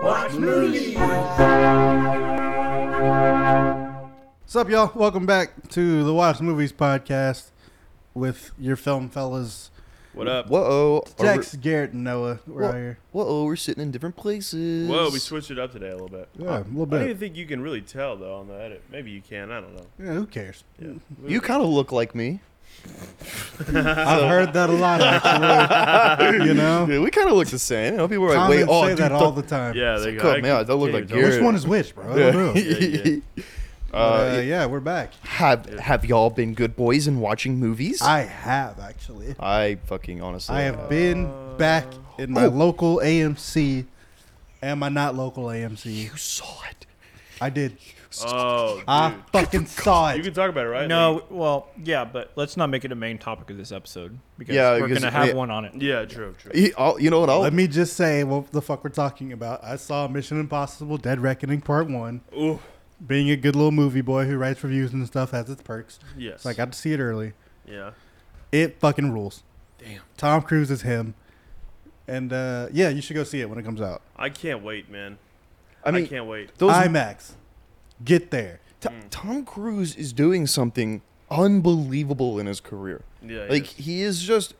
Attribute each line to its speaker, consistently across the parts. Speaker 1: Watch movies.
Speaker 2: What's up, y'all? Welcome back to the Watch Movies podcast with your film fellas,
Speaker 3: What up?
Speaker 4: Whoa,
Speaker 2: Dex, Garrett, and Noah. We're out
Speaker 4: Wha-
Speaker 2: here.
Speaker 4: whoa, we're sitting in different places.
Speaker 3: Whoa, we switched it up today a little bit.
Speaker 2: Yeah, a little
Speaker 3: I don't
Speaker 2: bit.
Speaker 3: even think you can really tell though on the edit. Maybe you can. I don't know.
Speaker 2: Yeah, who cares?
Speaker 3: Yeah.
Speaker 4: You kind of look like me.
Speaker 2: I've heard that a lot, actually. you know,
Speaker 4: Yeah, we kind of look the same. You know, people are like,
Speaker 2: Comments
Speaker 4: wait, oh,
Speaker 2: say
Speaker 4: dude,
Speaker 2: that all
Speaker 4: don't-
Speaker 2: the time.
Speaker 3: Yeah, they
Speaker 4: Come
Speaker 3: go.
Speaker 4: on, I don't look like
Speaker 2: Which
Speaker 4: Garrett.
Speaker 2: one is which, bro? I don't know.
Speaker 3: Yeah, yeah.
Speaker 4: Uh,
Speaker 2: Uh, yeah, we're back.
Speaker 4: Have Have y'all been good boys and watching movies?
Speaker 2: I have actually.
Speaker 4: I fucking honestly.
Speaker 2: I have been back in my
Speaker 4: Oh.
Speaker 2: local AMC. Am I not local AMC?
Speaker 4: You saw it.
Speaker 2: I did.
Speaker 3: Oh, dude.
Speaker 2: I fucking saw
Speaker 3: you can
Speaker 2: it.
Speaker 3: talk about it, right?
Speaker 5: No, well, yeah, but let's not make it a main topic of this episode because
Speaker 4: Yeah,
Speaker 5: we're
Speaker 4: because-
Speaker 5: gonna have
Speaker 4: yeah.
Speaker 5: one on it.
Speaker 3: Like- yeah, true, true.
Speaker 4: You, I'll- oh, you know what? I'll,
Speaker 2: Let me just say what the fuck we're talking about. I saw Mission Impossible Dead Reckoning Part 1.
Speaker 3: Ooh,
Speaker 2: Being a good little movie boy who writes reviews and stuff has its perks.
Speaker 3: yes.
Speaker 2: So I got to see it early.
Speaker 3: yeah.
Speaker 2: It fucking rules.
Speaker 3: Damn.
Speaker 2: Tom Cruise is him. And uh, yeah, you should go see it when it comes out.
Speaker 3: I can't wait, man.
Speaker 4: I mean,
Speaker 3: can't wait.
Speaker 4: those
Speaker 2: IMAX. Get there.
Speaker 4: T- Tom Cruise is doing something unbelievable in his career.
Speaker 3: Yeah,
Speaker 4: like
Speaker 3: yes.
Speaker 4: he is just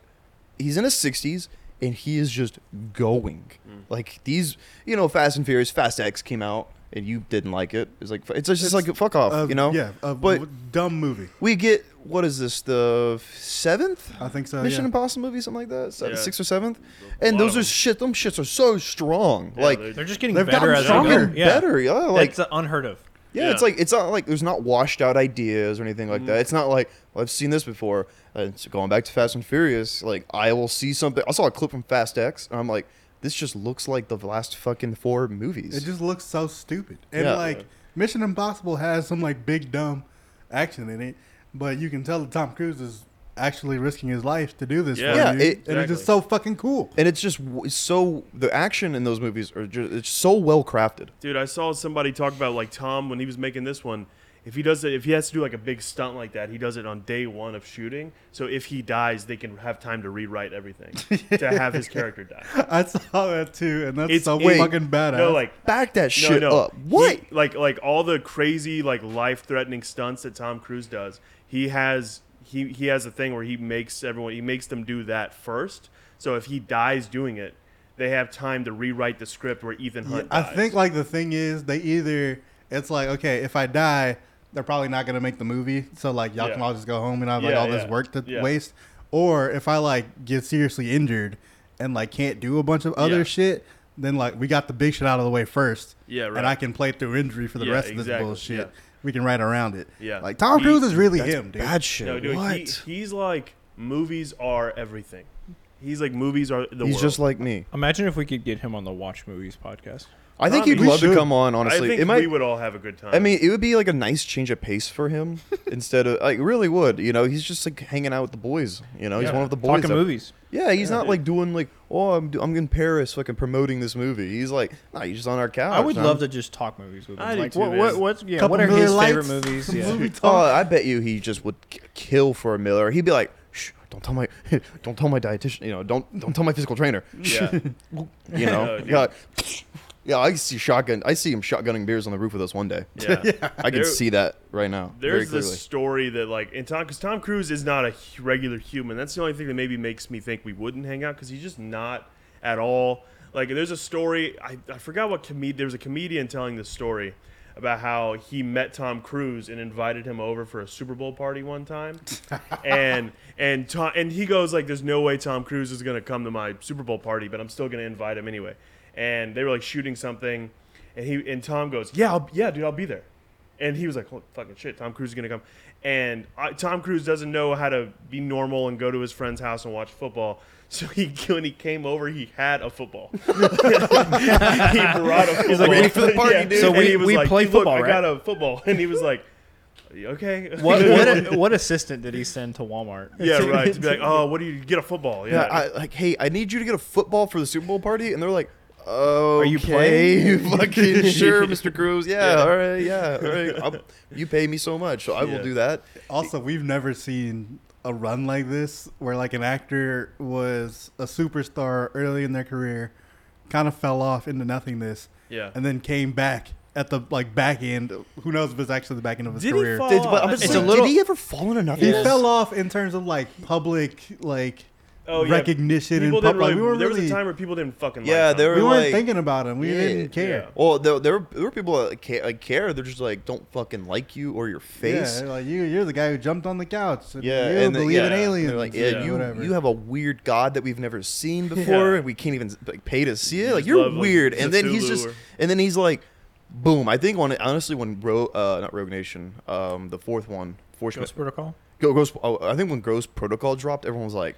Speaker 4: he's in his 60s and he is just going like these you know fast and furious fast x came out and you didn't like it it's like it's just
Speaker 2: It's,
Speaker 4: like fuck off
Speaker 2: Uh,
Speaker 4: you know
Speaker 2: Yeah, a
Speaker 4: but
Speaker 2: w- dumb movie.
Speaker 4: we get what is this the seventh
Speaker 2: I think so.
Speaker 4: mission
Speaker 2: yeah.
Speaker 4: impossible movie something like that Se-
Speaker 3: Yeah.
Speaker 4: sixth or seventh
Speaker 3: A
Speaker 4: and
Speaker 3: lot
Speaker 4: those
Speaker 3: of
Speaker 4: are
Speaker 3: them.
Speaker 4: shit them shits are so strong
Speaker 3: Yeah,
Speaker 4: like
Speaker 3: they're-
Speaker 5: They're just getting
Speaker 2: They've
Speaker 5: better
Speaker 2: gotten
Speaker 5: as
Speaker 2: stronger
Speaker 5: they go.
Speaker 2: and
Speaker 5: Yeah,
Speaker 4: better yeah like
Speaker 5: it's unheard of.
Speaker 4: Yeah, it's
Speaker 3: Yeah. Mm-hmm.
Speaker 4: like it's not like there's not washed out ideas or anything like that. It's not like well, I've seen this before. Uh, it's going back to Fast and Furious, like I will see something. I saw a clip from Fast X, and I'm like, this just looks like the last fucking four movies.
Speaker 2: It just looks so stupid. And
Speaker 4: Yeah.
Speaker 2: like Mission Impossible has some like big dumb action in it, but you can tell that Tom Cruise is actually risking his life to do this
Speaker 3: Yeah.
Speaker 2: for
Speaker 4: Yeah,
Speaker 2: you.
Speaker 4: it-
Speaker 2: and it's just so fucking cool.
Speaker 4: and it's just w- so the action in those movies are just it's so well crafted.
Speaker 3: Dude, I saw somebody talk about like Tom when he was making this one. If he does it, if he has to do like a big stunt like that, he does it on day one of shooting. So if he dies, they can have time to rewrite everything to have his character die.
Speaker 2: I saw that too, and that's
Speaker 3: It's
Speaker 2: so
Speaker 3: it-
Speaker 2: fucking badass.
Speaker 3: No, like
Speaker 4: Back that
Speaker 3: no,
Speaker 4: shit
Speaker 3: no.
Speaker 4: up. What?
Speaker 3: He- like like all the crazy like life threatening stunts that Tom Cruise does. He has he he has a thing where he makes everyone he makes them do that first. So if he dies doing it, they have time to rewrite the script where Ethan Hunt.
Speaker 2: I
Speaker 3: dies.
Speaker 2: think like the thing is they either it's like okay, if I die, they're probably not gonna make the movie, so like y'all
Speaker 3: Yeah.
Speaker 2: can all just go home and I have like
Speaker 3: Yeah,
Speaker 2: all this
Speaker 3: yeah,
Speaker 2: work to
Speaker 3: yeah.
Speaker 2: waste. Or if I like get seriously injured and like can't do a bunch of other
Speaker 3: Yeah.
Speaker 2: shit, then like we got the big shit out of the way first.
Speaker 3: Yeah, right.
Speaker 2: And I can play through injury for the
Speaker 3: Yeah,
Speaker 2: rest of this
Speaker 3: exactly,
Speaker 2: bullshit.
Speaker 3: yeah.
Speaker 2: We can write around it.
Speaker 3: Yeah.
Speaker 2: Like Tom
Speaker 3: He-
Speaker 2: Cruise is really him, dude.
Speaker 4: Bad shit.
Speaker 3: no, dude,
Speaker 4: what?
Speaker 3: he, he's like movies are everything. He's like movies are the
Speaker 4: He's
Speaker 3: world.
Speaker 4: just like me.
Speaker 5: Imagine if we could get him on the Watch Movies podcast.
Speaker 4: I think
Speaker 3: Tommy,
Speaker 4: he'd
Speaker 3: we
Speaker 4: love
Speaker 2: should.
Speaker 4: to come on. Honestly,
Speaker 3: I think
Speaker 4: it might
Speaker 3: we would all have a good time.
Speaker 4: I mean, it would be like a nice change of pace for him instead of like it really would. You know, he's just like hanging out with the boys. You know, he's one of the boys.
Speaker 5: Talking
Speaker 4: up-
Speaker 5: movies.
Speaker 4: Yeah, he's not like doing like, oh, I'm do- I'm in Paris, fucking promoting this movie. He's like, nah, he's just on our couch.
Speaker 5: I would
Speaker 4: man."
Speaker 5: love to just talk movies with him.
Speaker 3: I do
Speaker 5: like,
Speaker 3: too,
Speaker 5: what,
Speaker 3: man.
Speaker 5: what, what's, yeah,
Speaker 2: Couple
Speaker 5: what are
Speaker 2: Miller
Speaker 5: his
Speaker 2: Lights,
Speaker 5: favorite movies?
Speaker 2: some
Speaker 5: Yeah.
Speaker 2: movie
Speaker 4: Oh,
Speaker 2: talk.
Speaker 4: I bet you he just would k- kill for a Miller. He'd be like, shh, don't tell my, don't tell my dietitian. You know, don't don't tell my physical trainer.
Speaker 3: yeah.
Speaker 4: You know,
Speaker 3: No, dude.
Speaker 4: yeah, yeah. I see shotgun. I see him shotgunning beers on the roof with us one day.
Speaker 3: yeah.
Speaker 4: I can
Speaker 3: There-
Speaker 4: see that right now. very
Speaker 3: There's
Speaker 4: clearly.
Speaker 3: this story that like, and Tom, because Tom Cruise is not a hu- regular human. That's the only thing that maybe makes me think we wouldn't hang out because he's just not at all. Like, there's a story I, I forgot what comedian. There was a comedian telling this story about how he met Tom Cruise and invited him over for a Super Bowl party one time, and and Tom and he goes like, "There's no way Tom Cruise is gonna come to my Super Bowl party, but I'm still gonna invite him anyway." And they were like shooting something, and he and Tom goes, "Yeah, I'll, yeah, dude, I'll be there." And he was like, "Holy fucking shit, Tom Cruise is gonna come." And I, Tom Cruise doesn't know how to be normal and go to his friend's house and watch football. So he when he came over, he had a football. he brought a football.
Speaker 5: like, "Ready for the party, dude." So
Speaker 3: And
Speaker 5: we-
Speaker 3: he was
Speaker 5: we
Speaker 3: like,
Speaker 5: play
Speaker 3: "Look,
Speaker 5: football,
Speaker 3: I got a football, and he was like, "Okay."
Speaker 5: What, what, what assistant did he send to Walmart?
Speaker 3: yeah, right. To be like, "Oh, what do you get a football?"
Speaker 4: Yeah,
Speaker 3: Yeah,
Speaker 4: I, like, hey, I need you to get a football for the Super Bowl party, and they're like, oh,
Speaker 5: you playing?"
Speaker 4: fucking sure, Mr. Cruz. Yeah, all right, yeah, all right. I'll- you pay me so much, so I
Speaker 3: Yeah.
Speaker 4: will do that.
Speaker 2: Also, we've never seen a run like this where like an actor was a superstar early in their career, kind of fell off into nothingness,
Speaker 3: Yeah.
Speaker 2: and then came back at the like back end. Who knows if it's actually the back end of his
Speaker 3: Did he
Speaker 2: career?
Speaker 3: fall-
Speaker 4: Did, but I'm
Speaker 3: It's
Speaker 4: just
Speaker 5: a
Speaker 4: like,
Speaker 5: little-
Speaker 4: did he ever fall into nothing?
Speaker 2: he
Speaker 5: Yes.
Speaker 2: fell off in terms of like public like
Speaker 3: Oh, yeah.
Speaker 2: recognition and
Speaker 3: People
Speaker 2: pub-
Speaker 3: didn't
Speaker 2: like,
Speaker 3: really,
Speaker 2: we weren't
Speaker 3: there
Speaker 2: really
Speaker 3: was a time where people didn't fucking
Speaker 4: Yeah,
Speaker 3: like
Speaker 4: they
Speaker 3: Tom
Speaker 4: were
Speaker 2: we weren't
Speaker 4: like-
Speaker 2: thinking about him. We
Speaker 4: Yeah,
Speaker 2: didn't care.
Speaker 3: yeah.
Speaker 4: Well, there, there, were, there were people that ca- like care. They're just like don't fucking like you or your face.
Speaker 2: Yeah, like you, you're the guy who jumped on the couch. And
Speaker 4: Yeah,
Speaker 2: you
Speaker 4: and the-
Speaker 2: believe in
Speaker 4: yeah.
Speaker 2: aliens.
Speaker 4: They're like,
Speaker 2: and
Speaker 4: yeah, you
Speaker 2: whatever.
Speaker 4: you have a weird god that we've never seen before,
Speaker 3: Yeah.
Speaker 4: and we can't even like pay to see it.
Speaker 3: You
Speaker 4: Like
Speaker 3: just
Speaker 4: you're
Speaker 3: love, like,
Speaker 4: weird, and then
Speaker 3: Cthulhu
Speaker 4: he's just,
Speaker 3: or-
Speaker 4: and then he's like, boom. I think on honestly when Ro, uh, not Rogue Nation, um, the fourth one, Force
Speaker 5: Ghost Protocol.
Speaker 4: Go- Ghost. Oh, I think when Ghost Protocol dropped, everyone was like,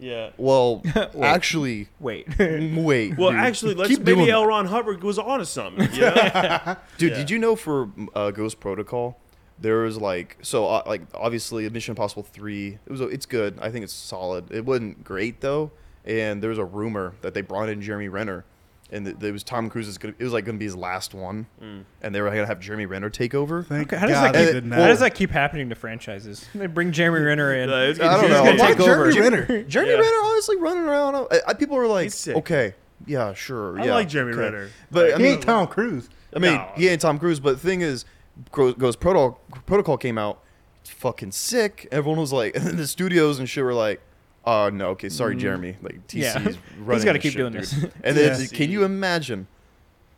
Speaker 3: Yeah.
Speaker 4: well,
Speaker 5: Wait.
Speaker 4: actually,
Speaker 5: Wait.
Speaker 4: wait.
Speaker 3: Well,
Speaker 4: dude.
Speaker 3: actually, let's
Speaker 4: Keep
Speaker 3: maybe
Speaker 4: doing
Speaker 3: L. Ron Hubbard was onto something. You know?
Speaker 4: Dude,
Speaker 3: Yeah.
Speaker 4: did you know for uh, Ghost Protocol, there was like so uh, like obviously Mission Impossible three. It was it's good. I think it's solid. It wasn't great though, and there was a rumor that they brought in Jeremy Renner, and th- it was Tom Cruise's. Gonna, it was like going to be his last one,
Speaker 3: Mm.
Speaker 4: and they were gonna have Jeremy Renner take over.
Speaker 2: Thank
Speaker 5: Okay, how does
Speaker 2: God
Speaker 5: that
Speaker 2: they
Speaker 4: keep-
Speaker 2: didn't
Speaker 4: well,
Speaker 5: How
Speaker 2: have
Speaker 5: does that keep happening to franchises? They bring Jeremy Renner in.
Speaker 3: Like, it's
Speaker 4: I don't
Speaker 3: he's
Speaker 4: know.
Speaker 3: gonna
Speaker 4: Why
Speaker 3: take
Speaker 2: Jeremy
Speaker 3: over.
Speaker 2: Renner?
Speaker 4: Jeremy
Speaker 3: Yeah.
Speaker 4: Renner, honestly, running around. I, I, people were like,
Speaker 3: He's sick.
Speaker 4: okay, yeah, sure.
Speaker 3: I
Speaker 4: yeah,
Speaker 3: like Jeremy
Speaker 4: okay."
Speaker 3: Renner.
Speaker 4: but
Speaker 3: Like,
Speaker 4: I
Speaker 2: he
Speaker 4: mean,
Speaker 2: ain't Tom Cruise.
Speaker 4: I mean,
Speaker 3: No.
Speaker 4: he ain't Tom Cruise, but the thing is, Gro- Ghost Protocol, Protocol came out, it's fucking sick. Everyone was like, the studios and shit were like, oh, no, okay, sorry, Jeremy. Like, TC's
Speaker 5: Mm. Yeah.
Speaker 4: running.
Speaker 5: He's gotta
Speaker 4: this
Speaker 5: keep
Speaker 4: shit,
Speaker 5: doing
Speaker 4: dude."
Speaker 5: this.
Speaker 4: And then,
Speaker 3: Yeah.
Speaker 4: can you imagine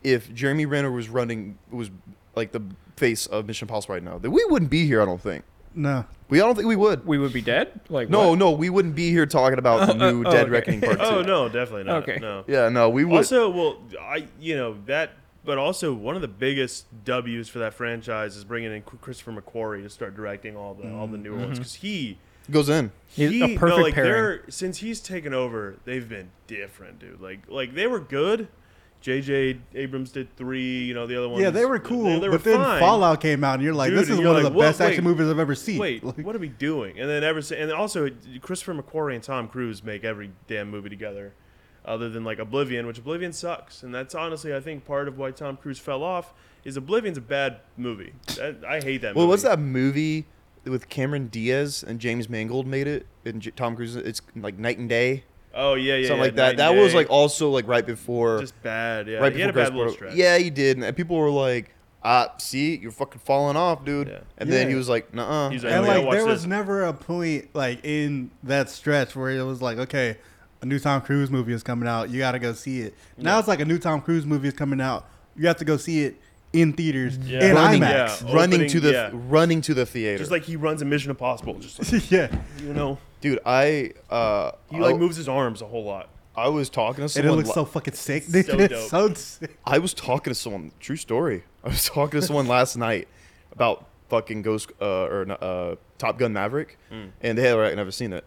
Speaker 4: if Jeremy Renner was running, was like the face of Mission Impossible right now? That we wouldn't be here, I don't think.
Speaker 2: No,
Speaker 4: We I don't think we would.
Speaker 5: we would be dead. Like
Speaker 4: no,
Speaker 5: what?
Speaker 4: no, we wouldn't be here talking about the new
Speaker 5: oh,
Speaker 4: Dead
Speaker 5: okay.
Speaker 4: Reckoning Part 2.
Speaker 3: Oh no, definitely not.
Speaker 5: Okay.
Speaker 3: No.
Speaker 4: Yeah, no, we would.
Speaker 3: Also, well, I you know that, but also one of the biggest W's for that franchise is bringing in Qu- Christopher McQuarrie to start directing all the all the newer ones because he
Speaker 4: goes in.
Speaker 5: Mm-hmm. He's
Speaker 3: he
Speaker 5: a perfect
Speaker 3: no, like
Speaker 5: pairing.
Speaker 3: they're since he's taken over, they've been different, dude. Like like they were good. J.J. Abrams did three. You know the other ones.
Speaker 2: yeah, they were cool,
Speaker 3: were
Speaker 2: but then
Speaker 3: fine.
Speaker 2: Fallout came out, and you're like,
Speaker 3: Dude,
Speaker 2: this is
Speaker 3: and you're
Speaker 2: one of
Speaker 3: like,
Speaker 2: the
Speaker 3: what?
Speaker 2: best action
Speaker 3: Wait.
Speaker 2: movies I've ever seen.
Speaker 3: Wait,
Speaker 2: Like,
Speaker 3: what are we doing? And then ever si- and also Christopher McQuarrie and Tom Cruise make every damn movie together, other than like Oblivion, which Oblivion sucks, and that's honestly I think part of why Tom Cruise fell off is Oblivion's a bad movie. That, I hate that.
Speaker 4: Well,
Speaker 3: movie.
Speaker 4: what's that movie with Cameron Diaz and James Mangold made it, and J- Tom Cruise? It's like Night and Day,
Speaker 3: Oh yeah, yeah,
Speaker 4: something
Speaker 3: yeah,
Speaker 4: like that.
Speaker 3: Night
Speaker 4: That
Speaker 3: and
Speaker 4: was
Speaker 3: Day.
Speaker 4: like also like right before,
Speaker 3: just bad. Yeah,
Speaker 4: right
Speaker 3: he
Speaker 4: before
Speaker 3: had a bad
Speaker 4: Ghost
Speaker 3: little
Speaker 4: Protocol.
Speaker 3: stretch.
Speaker 4: Yeah, he did, and people were like, "Ah, see, you're fucking falling off, dude."
Speaker 3: Yeah.
Speaker 4: And then he
Speaker 2: Yeah.
Speaker 4: was like, "Nuh-uh."
Speaker 3: He's
Speaker 2: and
Speaker 3: Yeah,
Speaker 2: like
Speaker 3: watch
Speaker 2: there was
Speaker 3: this.
Speaker 2: never a point like in that stretch where it was like, okay, a new Tom Cruise movie is coming out, you got to go see it. Now it's like a new Tom Cruise movie is coming out, you have to go see it in theaters
Speaker 3: Yeah.
Speaker 2: in
Speaker 4: running,
Speaker 3: Yeah.
Speaker 2: IMAX.
Speaker 4: running
Speaker 3: opening-
Speaker 4: to the
Speaker 3: yeah.
Speaker 4: running to the theater.
Speaker 3: just like he runs in Mission Impossible. Just like,
Speaker 2: yeah.
Speaker 3: you know,
Speaker 4: dude, I uh,
Speaker 3: he like
Speaker 4: I,
Speaker 3: moves his arms a whole lot.
Speaker 4: I was talking to
Speaker 2: And it
Speaker 4: someone.
Speaker 2: looks
Speaker 4: la-
Speaker 2: so fucking sick.
Speaker 3: So
Speaker 2: It's
Speaker 3: dope.
Speaker 2: so sick.
Speaker 4: I was talking to someone. True story. I was talking to someone last night about fucking Ghost uh, or not, uh, Top Gun Maverick,
Speaker 3: Hmm.
Speaker 4: and they had right, never seen it.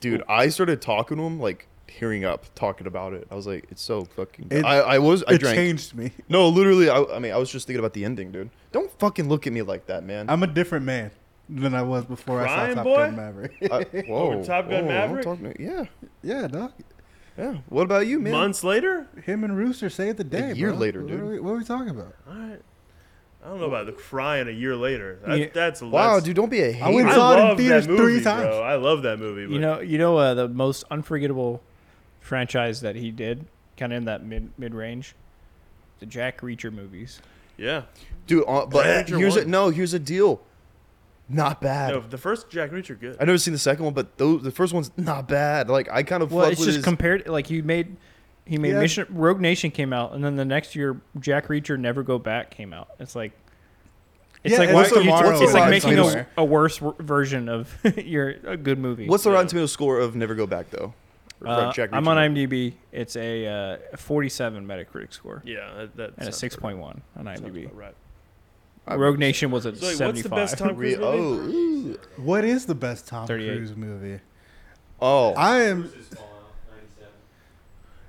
Speaker 4: Dude, I started talking to him like tearing up talking about it. I was like, it's so fucking. Good.
Speaker 2: It-
Speaker 4: I I was I
Speaker 2: it
Speaker 4: drank.
Speaker 2: changed me.
Speaker 4: No, literally. I, I mean, I was just thinking about the ending, dude. Don't fucking look at me like that, man.
Speaker 2: I'm a different man than I was before I
Speaker 3: Crying
Speaker 2: saw Top
Speaker 3: boy?
Speaker 2: Gun Maverick.
Speaker 4: I- whoa,
Speaker 3: Top Gun
Speaker 4: whoa, don't
Speaker 3: Maverick?
Speaker 4: talk to me- yeah,
Speaker 2: yeah, dog.
Speaker 4: yeah. What about you, man?
Speaker 3: Months later,
Speaker 2: Him and Rooster saved the day.
Speaker 4: year
Speaker 2: bro.
Speaker 4: later,
Speaker 2: What
Speaker 4: dude.
Speaker 2: are we, what are we talking about?
Speaker 3: all right. I don't know about the crying a year later. That,
Speaker 5: Yeah.
Speaker 3: That's a
Speaker 4: Wow,
Speaker 3: that's-
Speaker 4: dude, don't be a hater.
Speaker 2: I went
Speaker 3: I
Speaker 2: and saw it in
Speaker 3: love
Speaker 2: theaters
Speaker 3: that
Speaker 2: three
Speaker 3: movie,
Speaker 2: times.
Speaker 3: Bro. I love that movie. But
Speaker 5: You know, you know, uh, the most unforgettable franchise that he did, kind of in that mid mid range, the Jack Reacher movies.
Speaker 3: yeah.
Speaker 4: dude. Uh, but
Speaker 3: Ranger
Speaker 4: here's a,
Speaker 3: one.
Speaker 4: no. Here's a deal. Not bad.
Speaker 3: No, the first Jack Reacher good.
Speaker 4: I've never seen the second one, but those, the first one's not bad. Like I kind of
Speaker 5: Well,
Speaker 4: fuck
Speaker 5: it's
Speaker 4: with
Speaker 5: just
Speaker 4: his-
Speaker 5: compared. Like he made, he made
Speaker 2: Yeah.
Speaker 5: Mission Rogue Nation came out, and then the next year Jack Reacher Never Go Back came out. It's like. It's
Speaker 2: Yeah,
Speaker 5: like
Speaker 2: and
Speaker 5: why,
Speaker 2: what's the
Speaker 5: you-
Speaker 2: moral
Speaker 5: it's like
Speaker 4: of
Speaker 5: making
Speaker 2: Somewhere?
Speaker 5: a, a worse w- version of your a good movie.
Speaker 4: What's the
Speaker 3: Yeah.
Speaker 4: Rotten Tomato score of Never Go Back though? Or
Speaker 5: Uh,
Speaker 4: Jack
Speaker 5: I'm
Speaker 4: Reacher?
Speaker 5: on IMDb. It's a uh, 47 Metacritic score
Speaker 3: yeah, that, that
Speaker 5: and a
Speaker 3: sounds
Speaker 5: 6.1 on
Speaker 3: about- sounds
Speaker 5: IMDb.
Speaker 3: about Right.
Speaker 4: I-
Speaker 5: Rogue Nation was at
Speaker 3: So, like,
Speaker 5: 75.
Speaker 3: what's the best Tom
Speaker 4: Re-
Speaker 3: Cruise
Speaker 4: oh,
Speaker 3: movie?
Speaker 4: ooh.
Speaker 2: What is the best Tom
Speaker 5: 38.
Speaker 2: Cruise movie?
Speaker 4: oh,
Speaker 2: I am.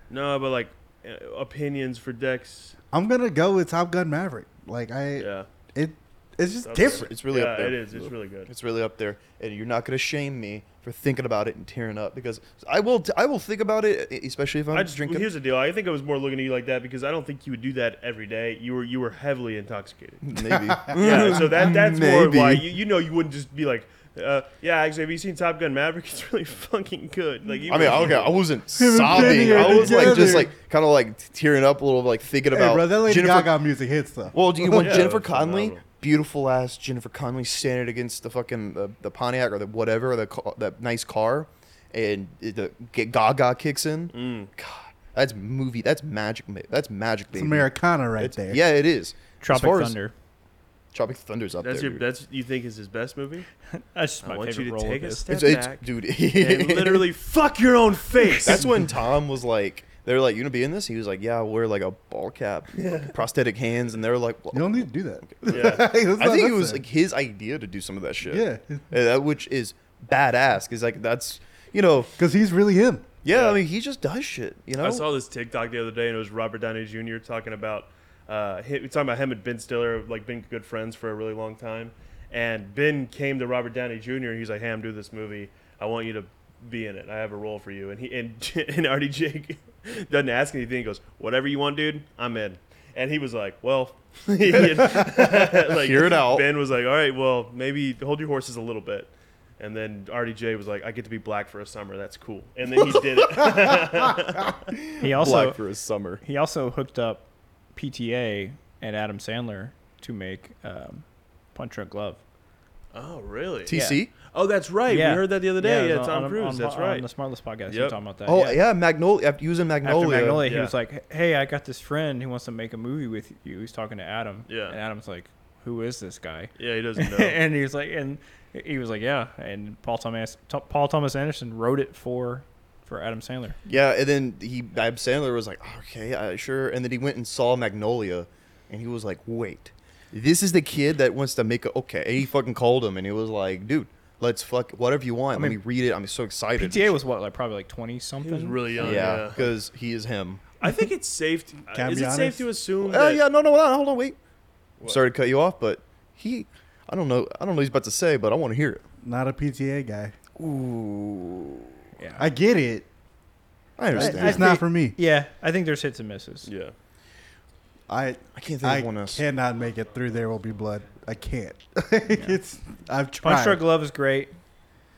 Speaker 3: No, but like uh, opinions for Dex.
Speaker 2: I'm gonna go with Top Gun Maverick. Like I,
Speaker 3: Yeah,
Speaker 2: it, it's just
Speaker 3: That's-
Speaker 2: different.
Speaker 4: it's really
Speaker 3: yeah,
Speaker 4: up there.
Speaker 3: it is. It's really good.
Speaker 4: It's really up there, and you're not gonna shame me for thinking about it and tearing up because I will. T- I will think about it, e- especially if I'm
Speaker 3: I just
Speaker 4: drinking.
Speaker 3: well, here's the deal. I think I was more looking at you like that because I don't think you would do that every day. You were you were heavily intoxicated.
Speaker 4: Maybe.
Speaker 3: yeah, so that that's more why
Speaker 4: Mm. Maybe.
Speaker 3: you, you know you wouldn't just be like Uh, yeah, actually, have you seen Top Gun Maverick? It's really fucking good. Like,
Speaker 4: I mean, okay, I wasn't
Speaker 2: Him and Benny
Speaker 4: sobbing.
Speaker 2: are
Speaker 4: I was like
Speaker 2: together.
Speaker 4: just like kind of like tearing up a little, like thinking
Speaker 2: Hey,
Speaker 4: about
Speaker 2: bro, that Lady
Speaker 4: Jennifer.
Speaker 2: Gaga music hits though.
Speaker 4: Well, do you want
Speaker 3: Yeah,
Speaker 4: Jennifer
Speaker 3: that's phenomenal.
Speaker 4: Conley? Beautiful ass Jennifer Conley standing against the fucking the, the Pontiac or the whatever the ca- that nice car, and it- the get Gaga kicks in.
Speaker 3: Mm.
Speaker 4: God, that's movie. That's magic. ma- That's magic.
Speaker 2: it's
Speaker 4: baby.
Speaker 2: Americana right
Speaker 4: It's-
Speaker 2: there.
Speaker 4: Yeah, it is. As
Speaker 5: Tropic
Speaker 4: far as-
Speaker 5: Thunder.
Speaker 4: Tropic Thunder's up
Speaker 3: that's
Speaker 4: there.
Speaker 3: your that's you think is his best movie?
Speaker 5: That's just my
Speaker 3: I want
Speaker 5: favorite
Speaker 3: you to
Speaker 5: role
Speaker 3: take a
Speaker 5: of his.
Speaker 3: step
Speaker 4: dude. It's,
Speaker 3: back
Speaker 4: it's, dude.
Speaker 3: and literally fuck your own face.
Speaker 4: That's when Tom was like, they were like, "You gonna be in this?" He was like, "Yeah, I'll wear like a ball cap, prosthetic hands," and they were like, well,
Speaker 2: You don't need to do that.
Speaker 3: yeah.
Speaker 4: "I think it was like his idea to do some of that shit."
Speaker 2: Yeah.
Speaker 4: And Uh, that which is badass. Cause like that's you know,
Speaker 2: because he's really him.
Speaker 4: yeah,
Speaker 3: Yeah.
Speaker 4: I mean, he just does shit. You know,
Speaker 3: I saw this TikTok the other day, and it was Robert Downey Jr. talking about uh, hi- talking about him and Ben Stiller like been good friends for a really long time. And Ben came to Robert Downey Jr. and he's like, "Hey, I'm doing this movie. I want you to be in it. I have a role for you." And he and and RDJ doesn't ask anything. He goes, "Whatever you want, dude. I'm in." And he was like, "Well." he had- like,
Speaker 4: Hear it out.
Speaker 3: Ben was like, "All right, well, maybe hold your horses a little bit." And then RDJ was like, "I get to be black for a summer. That's cool." And then he did it.
Speaker 5: He also
Speaker 4: for his summer.
Speaker 5: he also hooked up PTA and Adam Sandler to make um, Punch Drunk Love.
Speaker 3: Oh, really?
Speaker 4: TC.
Speaker 3: Oh, that's right. We heard that the other day. Yeah,
Speaker 5: on-
Speaker 3: Tom
Speaker 5: on-
Speaker 3: Cruise.
Speaker 5: on-
Speaker 3: that's
Speaker 5: on
Speaker 3: right.
Speaker 5: the Smartless podcast. you
Speaker 3: Yep.
Speaker 5: were talking about that.
Speaker 4: Oh
Speaker 5: yeah.
Speaker 4: yeah, Magnolia. After using
Speaker 5: After
Speaker 4: Magnolia.
Speaker 5: Magnolia,
Speaker 3: Yeah.
Speaker 5: he was like, "Hey, I got this friend who wants to make a movie with you." He's talking to Adam.
Speaker 3: Yeah.
Speaker 5: And Adam's like, "Who is this guy?"
Speaker 3: yeah, he doesn't know.
Speaker 5: and he was like, and he was like, "Yeah." And Paul Thomas T- Paul Thomas Anderson wrote it for for Adam Sandler.
Speaker 4: Yeah, and then he Ab Sandler was like, "Okay, uh, sure." And then he went and saw Magnolia, and he was like, "Wait, this is the kid that wants to make a okay." And he fucking called him, and he was like, "Dude, let's fuck whatever you want. Let
Speaker 5: mean,
Speaker 4: me read it. I'm so excited."
Speaker 5: PTA was what, like probably like twenty something.
Speaker 3: he was really young.
Speaker 4: yeah,
Speaker 3: Yeah.
Speaker 4: because he is him.
Speaker 3: I think it's safe. To,
Speaker 2: Can I
Speaker 3: is
Speaker 2: be
Speaker 3: it safe
Speaker 2: honest?
Speaker 3: to assume?
Speaker 4: Oh
Speaker 3: that-
Speaker 4: yeah, no, no, hold on, hold on, wait. Sorry to cut you off, but he, I don't know, I don't know what he's about to say, but I want to hear it.
Speaker 2: Not a PTA guy.
Speaker 4: Ooh,
Speaker 5: Yeah.
Speaker 2: I get it. It's
Speaker 4: I understand. I,
Speaker 5: I-
Speaker 2: not
Speaker 5: think-
Speaker 2: for me.
Speaker 5: yeah, I think there's hits and misses.
Speaker 3: Yeah.
Speaker 2: I
Speaker 4: can't think
Speaker 2: I
Speaker 4: of one else.
Speaker 2: cannot make it through. There will be blood. I can't. it's I've
Speaker 5: Punch
Speaker 2: tried.
Speaker 5: Drunk Love is great.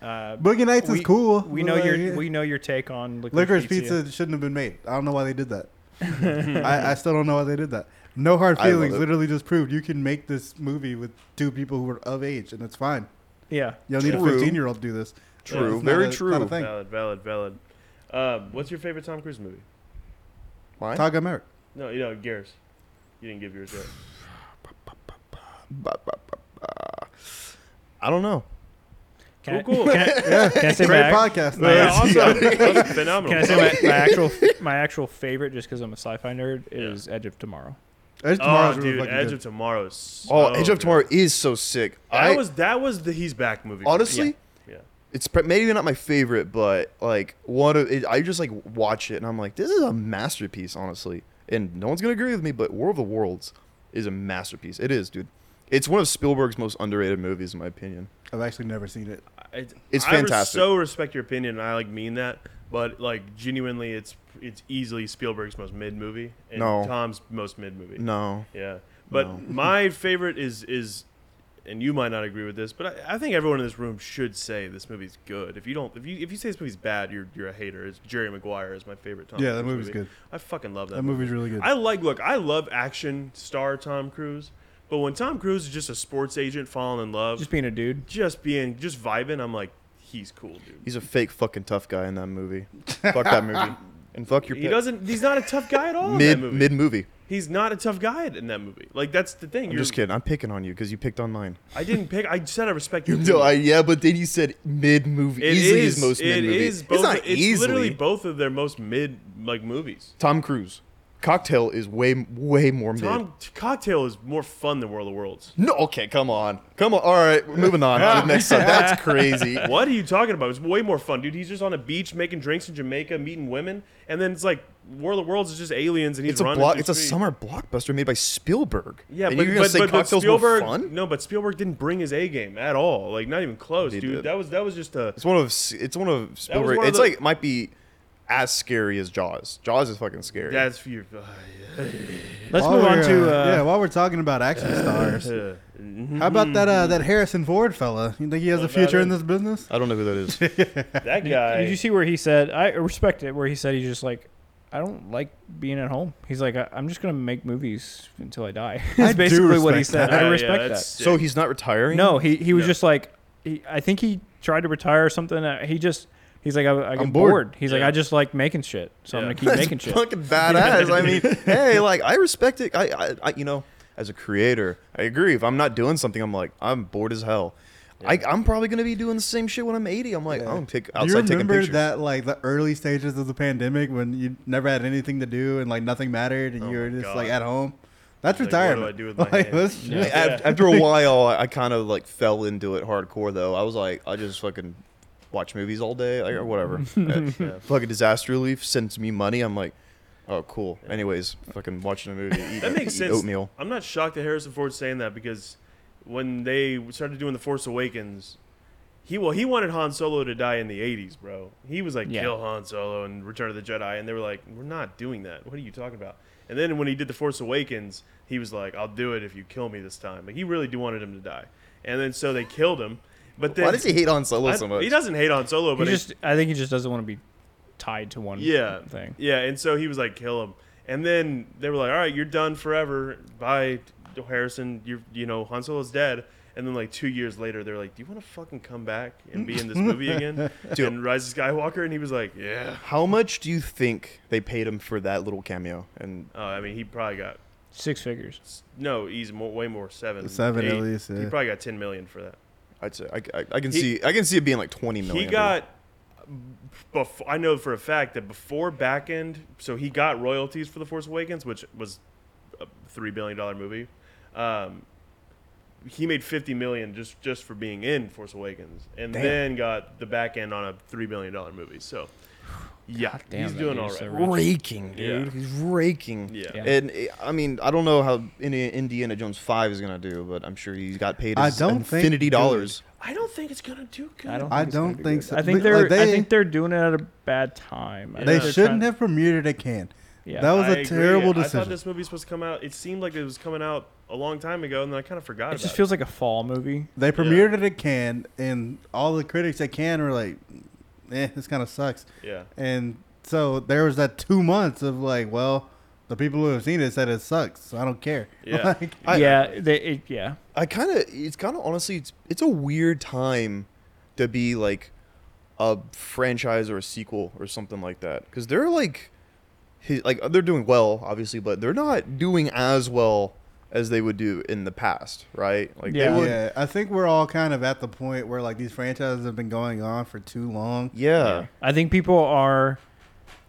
Speaker 5: Uh,
Speaker 2: Boogie Nights
Speaker 5: we,
Speaker 2: is cool.
Speaker 5: We know your
Speaker 2: Like,
Speaker 5: we know your take on licorice,
Speaker 2: licorice pizza. shouldn't have been made. I don't know why they did that. I, I still don't know why they did that. No hard
Speaker 4: I love
Speaker 2: feelings.
Speaker 4: it.
Speaker 2: Literally just proved you can make this movie with two people who are of age, and it's fine.
Speaker 5: Yeah.
Speaker 2: You don't need
Speaker 4: True.
Speaker 2: a 15 year old to do this.
Speaker 4: True.
Speaker 2: It's not
Speaker 4: Very
Speaker 2: a- it's
Speaker 4: true.
Speaker 2: Not a thing.
Speaker 3: Valid. Valid. Valid. Um, what's your favorite Tom Cruise movie?
Speaker 4: Mine?
Speaker 2: Taco Merrick.
Speaker 3: No, you know, Garris. You didn't give yours yet.
Speaker 4: Ba- ba- ba- ba. I don't know.
Speaker 5: Can
Speaker 3: Cool,
Speaker 5: I,
Speaker 3: cool.
Speaker 5: Can I, can I say
Speaker 2: Great
Speaker 5: my, ac-
Speaker 2: podcast.
Speaker 3: But
Speaker 2: man.
Speaker 5: Yeah.
Speaker 3: awesome. That was phenomenal.
Speaker 5: Can I say my, my actual my actual favorite just because I'm a sci-fi nerd is Edge of Tomorrow.
Speaker 2: Edge
Speaker 3: Oh,
Speaker 2: Tomorrow's really
Speaker 3: dude,
Speaker 2: fucking
Speaker 3: Edge
Speaker 2: good.
Speaker 3: of Tomorrow. is So
Speaker 4: Oh, Edge of
Speaker 3: good.
Speaker 4: Tomorrow is so sick.
Speaker 3: That
Speaker 4: I
Speaker 3: was that was the he's back movie. for me.
Speaker 4: honestly,
Speaker 3: Yeah. Yeah.
Speaker 4: it's pre- maybe not my favorite, but like one of it, I just like watch it and I'm like, this is a masterpiece, honestly. And no one's gonna agree with me, but War of the Worlds is a masterpiece. It is, dude. It's one of Spielberg's most underrated movies, in my opinion.
Speaker 2: I've actually never seen it.
Speaker 3: It's,
Speaker 4: It's
Speaker 3: I res-
Speaker 4: fantastic.
Speaker 3: so respect your opinion, and I like mean that, but like genuinely, it's it's easily Spielberg's most mid movie and
Speaker 4: No.
Speaker 3: Tom's most mid movie.
Speaker 4: No,
Speaker 3: Yeah, but
Speaker 4: No.
Speaker 3: my favorite is is, and you might not agree with this, but I, I think everyone in this room should say this movie's good. If you don't, if you if you say this movie's bad, you're you're a hater. It's Jerry Maguire is my favorite Tom.
Speaker 2: Yeah, that
Speaker 3: Cruise
Speaker 2: movie's
Speaker 3: movie.
Speaker 2: good.
Speaker 3: I fucking love that.
Speaker 2: That
Speaker 3: movie.
Speaker 2: movie's really good.
Speaker 3: I like look, I love action star Tom Cruise, but when Tom Cruise is just a sports agent falling in love,
Speaker 5: Just being a dude.
Speaker 3: just being just vibing, I'm like, he's cool, dude.
Speaker 4: he's a fake fucking tough guy in that movie. fuck that movie. And fuck your
Speaker 3: He doesn't. He's not a tough guy at all
Speaker 4: mid
Speaker 3: in that movie.
Speaker 4: mid movie.
Speaker 3: He's not a tough guy in that movie. Like that's the thing.
Speaker 4: I'm
Speaker 3: You're-
Speaker 4: just kidding. I'm picking on you because you picked on mine.
Speaker 3: I didn't pick. I said I respect you.
Speaker 4: No, I, yeah, but then you said mid movie.
Speaker 3: It
Speaker 4: Easily his
Speaker 3: is-
Speaker 4: most
Speaker 3: it
Speaker 4: mid movie.
Speaker 3: is both.
Speaker 4: it's not
Speaker 3: it's
Speaker 4: easily.
Speaker 3: literally both of their most mid like movies.
Speaker 4: Tom Cruise. Cocktail is way way more mid.
Speaker 3: Tom Cocktail is more fun than World of Worlds.
Speaker 4: No, okay, come on, come on. All right, we're moving on to the next one. That's crazy.
Speaker 3: What are you talking about? It's way more fun, dude. He's just on a beach making drinks in Jamaica, meeting women, and then it's like World of Worlds is just aliens, and he's
Speaker 4: It's a
Speaker 3: running.
Speaker 4: block.
Speaker 3: through
Speaker 4: It's a
Speaker 3: streets.
Speaker 4: summer blockbuster made by Spielberg.
Speaker 3: Yeah,
Speaker 4: and
Speaker 3: but,
Speaker 4: you're gonna
Speaker 3: but,
Speaker 4: say
Speaker 3: but, but
Speaker 4: cocktails
Speaker 3: Spielberg,
Speaker 4: more fun?
Speaker 3: no, but Spielberg didn't bring his A game at all. Like not even close,
Speaker 4: He
Speaker 3: dude.
Speaker 4: did.
Speaker 3: That was that was just a
Speaker 4: It's one of it's one of Spielberg.
Speaker 3: one of
Speaker 4: it's
Speaker 3: the-
Speaker 4: like it might be as scary as Jaws. Jaws is fucking scary.
Speaker 3: That's for you. Uh,
Speaker 5: Let's
Speaker 2: While
Speaker 5: move on
Speaker 2: we're,
Speaker 5: to
Speaker 2: uh,
Speaker 5: uh,
Speaker 2: yeah. While we're talking about action stars, how about that uh, that Harrison Ford fella? You think he has
Speaker 3: Mm-hmm. What
Speaker 2: a
Speaker 3: about
Speaker 2: future in
Speaker 3: him?
Speaker 2: this business?
Speaker 4: I don't know who that is.
Speaker 3: that
Speaker 5: Did,
Speaker 3: guy.
Speaker 5: did you see where he said? I respect it. Where he said he's just like, I don't like being at home. He's like, I, I'm just gonna make movies until I die.
Speaker 2: I
Speaker 5: That's
Speaker 2: do
Speaker 5: basically what he
Speaker 2: respect
Speaker 5: said.
Speaker 2: that.
Speaker 5: I
Speaker 3: Yeah,
Speaker 5: respect
Speaker 3: yeah,
Speaker 5: that.
Speaker 3: that's
Speaker 4: so
Speaker 3: sick.
Speaker 4: he's not retiring.
Speaker 5: No, he he was
Speaker 3: No.
Speaker 5: just like, he, I think he tried to retire or something. Uh, He just he's like, I, I get
Speaker 4: I'm
Speaker 5: bored.
Speaker 4: bored.
Speaker 5: He's
Speaker 3: Yeah.
Speaker 5: like, I just like making shit, so
Speaker 3: Yeah.
Speaker 5: I'm gonna
Speaker 4: That's
Speaker 5: keep making shit.
Speaker 4: Fucking badass. I mean, hey, like I respect it. I, I, I, you know, as a creator, I agree. If I'm not doing something, I'm like, I'm bored as hell. I, I'm probably gonna be doing the same shit when I'm 80. I'm like,
Speaker 2: Yeah.
Speaker 4: I'm take
Speaker 2: do you
Speaker 4: outside taking
Speaker 2: remember
Speaker 4: pictures.
Speaker 2: that like the early stages of the pandemic when you never had anything to do and like nothing mattered and
Speaker 3: Oh
Speaker 2: you were
Speaker 3: my
Speaker 2: just
Speaker 3: God.
Speaker 2: like at home? That's
Speaker 3: Like, what do
Speaker 2: retirement.
Speaker 3: I do with my hands?
Speaker 2: that's-
Speaker 5: Yeah.
Speaker 4: Like, af- After a while, I, I kind of like fell into it hardcore though. I was like, I just fucking watch movies all day like, or whatever. Uh,
Speaker 3: Yeah.
Speaker 4: Fucking disaster relief sends me money. I'm like, oh cool. Anyways, fucking watching a movie. Eat,
Speaker 3: That makes
Speaker 4: eat
Speaker 3: sense.
Speaker 4: Oatmeal.
Speaker 3: I'm not shocked that Harrison Ford's saying that because when they started doing The Force Awakens, he well he wanted Han Solo to die in the 80s, bro. He was like
Speaker 5: Yeah.
Speaker 3: kill Han Solo and Return of the Jedi, and they were like, we're not doing that. What are you talking about? And then when he did The Force Awakens, he was like, I'll do it if you kill me this time. But he really do wanted him to die, and then so they killed him. But then
Speaker 4: Why does he hate on Solo
Speaker 3: I-
Speaker 4: so much?
Speaker 3: he doesn't hate Han Solo,
Speaker 5: He
Speaker 3: but he-
Speaker 5: just, I think he just doesn't want to be tied to one
Speaker 3: yeah
Speaker 5: thing.
Speaker 3: yeah and so he was like kill him and then they were like all right you're done forever bye harrison you're you know han solo's dead and then like two years later they're like do you want to fucking come back and be in this movie again
Speaker 4: Dude.
Speaker 3: and rise of skywalker and he was like yeah
Speaker 4: How much do you think they paid him for that little cameo? And
Speaker 3: oh i mean he probably got
Speaker 5: Six figures.
Speaker 3: s- no he's more, way more seven
Speaker 2: Seven at
Speaker 3: eight.
Speaker 2: least,
Speaker 3: he
Speaker 2: yeah.
Speaker 3: probably got 10 million for that
Speaker 4: I'd say I, I, I can
Speaker 3: He-
Speaker 4: see I can see it being like twenty million.
Speaker 3: he
Speaker 4: dude.
Speaker 3: got bef- I know for a fact that before back end, so he got royalties for The Force Awakens, which was a three billion dollar movie. Um, he made fifty million just just for being in Force Awakens, and
Speaker 4: Damn.
Speaker 3: then got the back end on a three billion dollar movie. So, yeah,
Speaker 5: damn,
Speaker 3: he's
Speaker 5: that
Speaker 3: doing
Speaker 5: dude
Speaker 3: all
Speaker 5: is
Speaker 3: right.
Speaker 5: so
Speaker 4: raking,
Speaker 3: Yeah.
Speaker 4: dude. He's raking.
Speaker 3: Yeah.
Speaker 5: Yeah.
Speaker 4: And eh, I mean, I don't know how Indi- Indiana Jones Five is gonna do, but I'm sure he's got paid.
Speaker 2: I
Speaker 4: His
Speaker 2: don't think-
Speaker 4: infinity dollars.
Speaker 3: I don't think it's gonna do good.
Speaker 5: I don't.
Speaker 2: I
Speaker 5: think it's gonna
Speaker 2: don't
Speaker 5: be
Speaker 2: think
Speaker 5: good.
Speaker 2: so.
Speaker 5: I think
Speaker 2: Like,
Speaker 5: they're. I
Speaker 2: they-
Speaker 5: think they're doing it at a bad time. I think
Speaker 2: They
Speaker 5: they're
Speaker 2: shouldn't
Speaker 5: trying-
Speaker 2: have premiered it at Cannes.
Speaker 5: Yeah.
Speaker 2: That was
Speaker 3: I
Speaker 2: a
Speaker 3: agree.
Speaker 2: terrible
Speaker 3: I thought
Speaker 2: decision.
Speaker 3: this movie was supposed to come out. It seemed like it was coming out a long time ago, and then I kind of forgot.
Speaker 5: It just
Speaker 3: about
Speaker 5: feels like a fall movie.
Speaker 2: They premiered it at Cannes, and all the critics at Cannes were like, "Eh, this kind of sucks."
Speaker 3: it. yeah.
Speaker 2: And so there was that two months of like, well, the people who have seen it said it sucks. So I don't care.
Speaker 3: Yeah.
Speaker 2: Like,
Speaker 4: I-
Speaker 5: yeah. They. It, yeah.
Speaker 4: I kind of. It's kind of honestly, it's it's a weird time to be like a franchise or a sequel or something like that because they're like, hi- like uh, they're doing well obviously, but they're not doing as well as they would do in the past, right? Like
Speaker 5: Yeah.
Speaker 4: they would.
Speaker 2: yeah, I think we're all kind of at the point where like these franchises have been going on for too long.
Speaker 4: Yeah.
Speaker 5: I think people are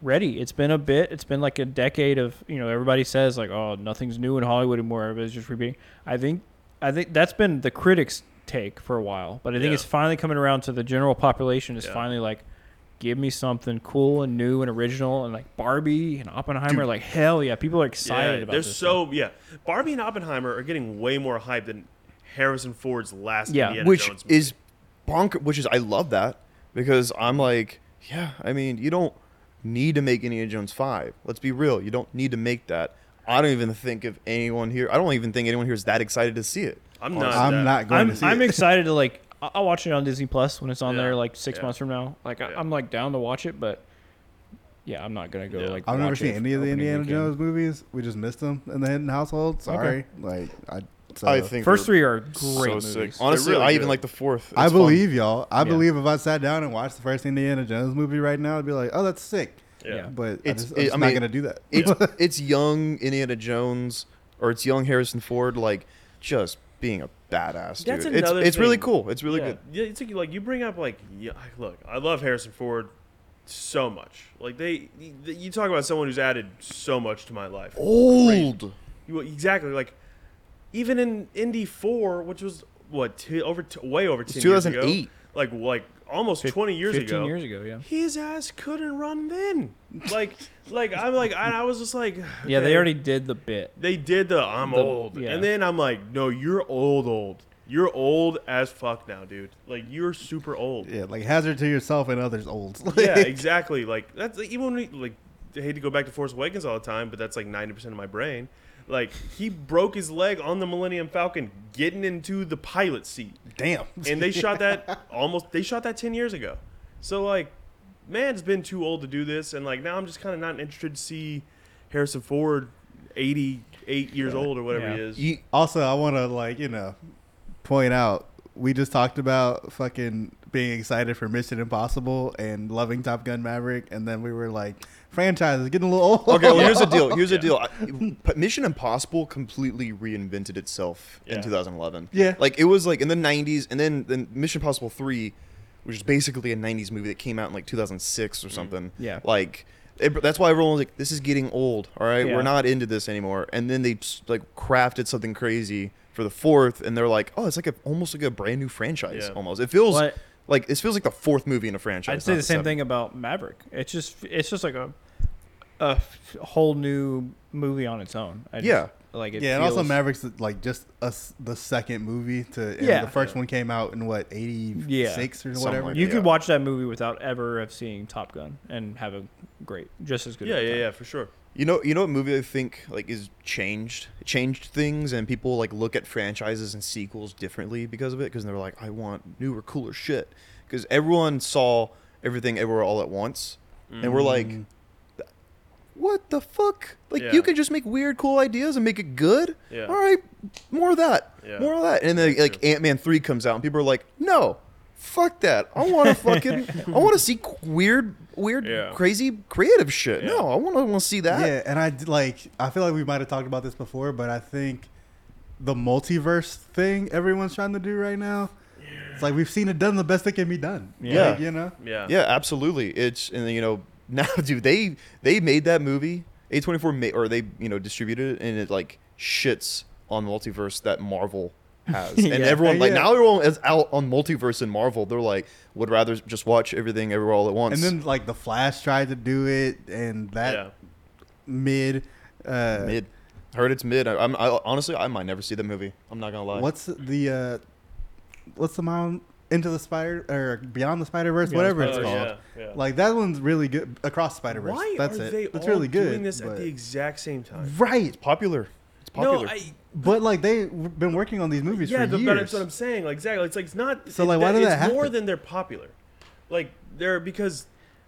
Speaker 5: ready. It's been a bit. It's been like a decade of you know everybody says like oh nothing's new in Hollywood anymore. Everybody's just repeating. I think I think that's been the critics' take for a while, but I think
Speaker 3: Yeah.
Speaker 5: it's finally coming around to the general population. Is
Speaker 3: Yeah.
Speaker 5: finally like. Give me something cool and new and original and like Barbie and Oppenheimer, like hell yeah! People are excited
Speaker 3: yeah,
Speaker 5: about.
Speaker 3: They're
Speaker 5: this
Speaker 3: so yeah. Barbie and Oppenheimer are getting way more hype than Harrison Ford's last
Speaker 5: Yeah.
Speaker 3: Indiana
Speaker 4: which
Speaker 3: Jones movie.
Speaker 4: is bonker. Which is I love that because I'm like, yeah. I mean, you don't need to make Indiana Jones five. Let's be real. You don't need to make that. I don't even think of anyone here. I don't even think anyone here is that excited to see it.
Speaker 3: I'm not.
Speaker 2: I'm
Speaker 3: that-
Speaker 2: not going
Speaker 5: I'm,
Speaker 2: to see
Speaker 5: I'm
Speaker 2: it.
Speaker 5: excited to like I- I'll watch it on Disney Plus when it's on
Speaker 3: Yeah,
Speaker 5: there like six
Speaker 3: yeah.
Speaker 5: months from now. Like I,
Speaker 3: Yeah.
Speaker 5: I'm like down to watch it, but yeah, I'm not gonna go
Speaker 3: Yeah.
Speaker 5: like.
Speaker 2: I've never
Speaker 5: watch
Speaker 2: seen
Speaker 5: it
Speaker 2: any of the
Speaker 5: opening
Speaker 2: Indiana
Speaker 5: weekend.
Speaker 2: Jones movies. We just missed them in the hidden household. Sorry, like I. So.
Speaker 4: I think
Speaker 5: First
Speaker 4: they're
Speaker 5: three are great
Speaker 4: so
Speaker 5: movies.
Speaker 4: sick. Honestly,
Speaker 3: really
Speaker 4: I even
Speaker 3: good.
Speaker 4: like the fourth.
Speaker 2: I
Speaker 4: It's fun.
Speaker 2: believe y'all. I
Speaker 5: Yeah.
Speaker 2: believe if I sat down and watched the first Indiana Jones movie right now, I'd be like, "Oh, that's sick."
Speaker 3: Yeah.
Speaker 5: Yeah.
Speaker 2: But
Speaker 4: It's-
Speaker 2: I just,
Speaker 4: it-
Speaker 2: I'm just
Speaker 4: I
Speaker 2: not
Speaker 4: mean,
Speaker 2: gonna do that.
Speaker 4: it's it's young Indiana Jones or it's young Harrison Ford, like just being a badass dude.
Speaker 3: That's
Speaker 4: it's
Speaker 3: another
Speaker 4: it's really
Speaker 3: thing.
Speaker 4: cool. It's really
Speaker 3: yeah.
Speaker 4: good.
Speaker 3: Yeah, it's like, like you bring up like yeah, I- look, I love Harrison Ford so much. Like they, you talk about someone who's added so much to my life.
Speaker 4: Old.
Speaker 3: You, exactly. Like even in Indy Four, which was what t- over t- way over ten years
Speaker 4: 2008.
Speaker 3: ago, like like almost twenty years
Speaker 5: 15
Speaker 3: ago.
Speaker 5: years ago, yeah.
Speaker 3: His ass couldn't run then. Like, like I'm like I, I was just like
Speaker 5: Yeah, they
Speaker 3: okay.
Speaker 5: already did the bit.
Speaker 3: They did the I'm
Speaker 5: The-
Speaker 3: old,
Speaker 5: yeah.
Speaker 3: and then I'm like, no, you're old, old. You're old as fuck now, dude. Like you're super old.
Speaker 2: Yeah, like hazard to yourself and others. Olds.
Speaker 3: yeah, exactly. Like that's like, even when we, like I hate to go back to Force Awakens all the time, but that's like ninety percent of my brain. Like he broke his leg on the Millennium Falcon getting into the pilot seat,
Speaker 2: Damn.
Speaker 3: and they shot that almost. They shot that ten years ago. So like, man's been too old to do this, and like now I'm just kind of not interested to see Harrison Ford, eighty eight years old or whatever he
Speaker 5: Yeah.
Speaker 3: is.
Speaker 4: You,
Speaker 2: Also, I want to like you know point out we just talked about fucking being excited for Mission Impossible and loving Top Gun Maverick, and then we were like franchises getting a little old.
Speaker 4: okay, well, here's the deal. Here's
Speaker 3: Yeah.
Speaker 4: the deal. I- but Mission Impossible completely reinvented itself
Speaker 3: Yeah.
Speaker 4: in 2011.
Speaker 2: Yeah.
Speaker 4: Like it was like in the 90s, and then then Mission Impossible 3, which is basically a 90s movie that came out in like 2006
Speaker 5: Mm.
Speaker 4: or something.
Speaker 5: Yeah.
Speaker 4: Like. It, that's why everyone was like, "This is getting old." All right,
Speaker 5: Yeah.
Speaker 4: we're not into this anymore. And then they just, like crafted something crazy for the fourth, and they're like, "Oh, it's like a, almost like a brand new franchise.
Speaker 3: Yeah.
Speaker 4: Almost. It feels
Speaker 5: What-
Speaker 4: like this feels like the fourth movie in a franchise."
Speaker 5: I'd say
Speaker 4: not
Speaker 5: the same
Speaker 4: seventh.
Speaker 5: thing about Maverick. It's just it's just like a a f- whole new movie on its own. I just-
Speaker 4: Yeah.
Speaker 5: like it
Speaker 2: yeah, and also
Speaker 5: feels-
Speaker 2: Mavericks like just us the second movie to and
Speaker 5: Yeah.
Speaker 2: the first one came out in what eighty six or
Speaker 4: Something
Speaker 2: whatever.
Speaker 4: like
Speaker 5: You
Speaker 4: Yeah.
Speaker 5: could watch that movie without ever have seeing Top Gun and have a great, just as good.
Speaker 3: Yeah,
Speaker 5: of a
Speaker 3: yeah,
Speaker 5: time.
Speaker 3: yeah, for sure.
Speaker 4: You know, you know what movie I think like is changed, changed things, and people like look at franchises and sequels differently because of it. Because they're like, I want newer, cooler shit. Because everyone saw everything everywhere all at once, and we're like, what the fuck? Like
Speaker 3: Mm. Yeah.
Speaker 4: you can just make weird, cool ideas and make it good.
Speaker 3: Yeah.
Speaker 4: All right, more of that.
Speaker 3: Yeah.
Speaker 4: More of that. And then
Speaker 3: That's
Speaker 4: like
Speaker 3: true.
Speaker 4: Ant Man three comes out, and people are like, no. Fuck that! I want to fucking I want to see qu- weird, weird,
Speaker 3: Yeah.
Speaker 4: crazy, creative shit.
Speaker 3: Yeah.
Speaker 4: No, I want to want to see that.
Speaker 2: Yeah, and I d- like I feel like we might have talked about this before, but I think the multiverse thing everyone's trying to do right now. It's like we've seen it done the best it can be done.
Speaker 5: Yeah.
Speaker 2: Like, you know.
Speaker 3: Yeah,
Speaker 4: Yeah, absolutely. It's and you know now, dude, they they made that movie. A twenty four made or they you know distributed it and it like shits on multiverse that Marvel has, and
Speaker 5: Yeah.
Speaker 4: everyone like
Speaker 2: Yeah.
Speaker 4: now everyone is out on multiverse and Marvel. They're like would rather just watch everything everywhere all at
Speaker 2: And
Speaker 4: once.
Speaker 2: then like the Flash tried to do it, and that
Speaker 3: yeah.
Speaker 2: mid. Uh,
Speaker 4: mid, heard it's mid. I, I'm I, honestly I might never see that movie. I'm not gonna lie.
Speaker 2: What's the uh, what's the mound into the spider or beyond the Spider Verse,
Speaker 5: Beyond the
Speaker 2: whatever it's
Speaker 3: Oh,
Speaker 2: called.
Speaker 3: yeah, yeah.
Speaker 2: Like that one's really good across Spider Verse.
Speaker 3: Why
Speaker 2: That's
Speaker 3: are
Speaker 2: it.
Speaker 3: they
Speaker 2: That's
Speaker 3: all
Speaker 2: really good.
Speaker 3: doing this
Speaker 2: but, Mm-hmm.
Speaker 3: at the exact same time?
Speaker 2: right,
Speaker 4: popular? It's popular.
Speaker 3: No, I,
Speaker 2: but like they've been working on these movies
Speaker 3: yeah,
Speaker 2: for
Speaker 3: but
Speaker 2: years.
Speaker 3: that's what I'm saying. Like, exactly. It's like it's not.
Speaker 2: So,
Speaker 3: it-
Speaker 2: like, why did
Speaker 3: it's
Speaker 2: that
Speaker 3: More
Speaker 2: happen?
Speaker 3: than they're popular. Like they're because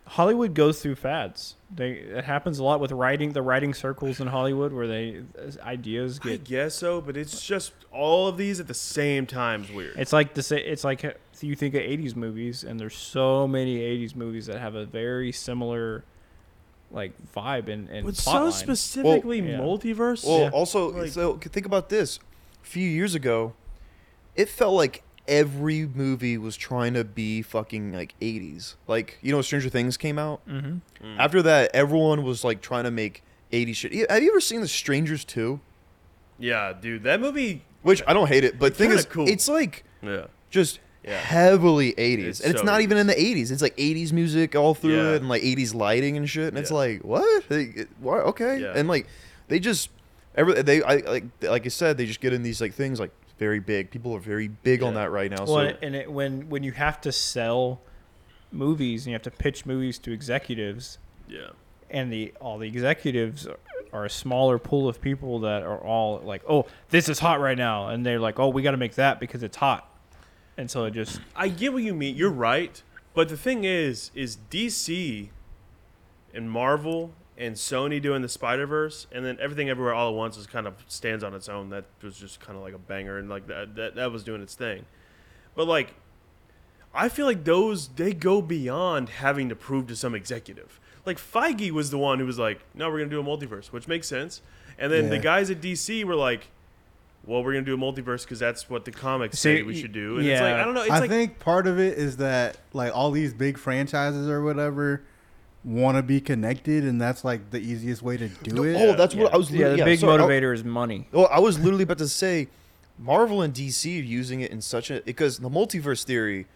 Speaker 5: Hollywood goes through fads. They it happens a lot with writing the writing circles in Hollywood where they ideas
Speaker 3: I
Speaker 5: get.
Speaker 3: guess so, but it's just all of these at the same time's weird.
Speaker 5: It's like the sa- it's like uh, you think of '80s movies, and there's so many '80s movies that have a very similar like vibe and and
Speaker 3: It's
Speaker 5: plot
Speaker 3: so
Speaker 5: line.
Speaker 3: specifically
Speaker 5: Well, yeah.
Speaker 3: multiverse.
Speaker 4: Well,
Speaker 5: Yeah.
Speaker 4: also,
Speaker 3: Like-
Speaker 4: so c- think about this. A few years ago, it felt like every movie was trying to be fucking like 80s. Like, you know, Stranger Things came out.
Speaker 5: hmm
Speaker 3: Mm-hmm.
Speaker 4: After that, everyone was like trying to make 80s shit. Yeah, Have you ever seen The Strangers 2?
Speaker 3: yeah, dude, that movie.
Speaker 4: Which I don't hate it, but
Speaker 3: It's
Speaker 4: thing
Speaker 3: kinda
Speaker 4: is,
Speaker 3: cool.
Speaker 4: it's like
Speaker 3: Yeah,
Speaker 4: just
Speaker 3: Yeah.
Speaker 4: heavily 80s.
Speaker 3: It's
Speaker 4: and it's
Speaker 3: so
Speaker 4: not even in the 80s. It's like 80s music all through
Speaker 3: Yeah.
Speaker 4: it and like 80s lighting and shit. And it's
Speaker 3: Yeah.
Speaker 4: like, what? They, it- why- Okay.
Speaker 3: Yeah.
Speaker 4: And like, they just, every, they, I, like, like I said, they just get in these like things like very big. People are very big on
Speaker 3: Yeah.
Speaker 4: that right now.
Speaker 5: Well,
Speaker 4: so,
Speaker 5: and it, when when you have to sell movies and you have to pitch movies to executives,
Speaker 3: yeah,
Speaker 5: and the all the executives are- are a smaller pool of people that are all like, "Oh, this is hot right now," and they're like, "Oh, we got to make that because it's hot," and so it just
Speaker 3: I get what you mean. You're right, but the thing is, is DC and Marvel and Sony doing the Spider Verse, and then everything everywhere all at once is kind of stands on its own. That was just kind of like a banger, and like that that, that was doing its thing. But like, I feel like those they go beyond having to prove to some executive. Like Feige was the one who was like, "No, we're gonna do a multiverse," which makes sense. And then the
Speaker 2: Yeah.
Speaker 3: guys at DC were like, "Well, we're gonna do a multiverse because that's what the comics
Speaker 5: See,
Speaker 3: say we should do."
Speaker 5: y-
Speaker 3: And it's like
Speaker 5: yeah.
Speaker 3: I don't know. It's
Speaker 2: I
Speaker 3: like
Speaker 2: think part of it is that like all these big franchises or whatever want to be connected, and that's like the easiest way to do it.
Speaker 4: oh, that's what
Speaker 5: yeah.
Speaker 4: I was.
Speaker 5: yeah,
Speaker 4: literally-
Speaker 5: the big
Speaker 4: sorry, I-
Speaker 5: motivator is money.
Speaker 4: Well, I was literally about to say, Marvel and DC are using it in such a because the multiverse theory.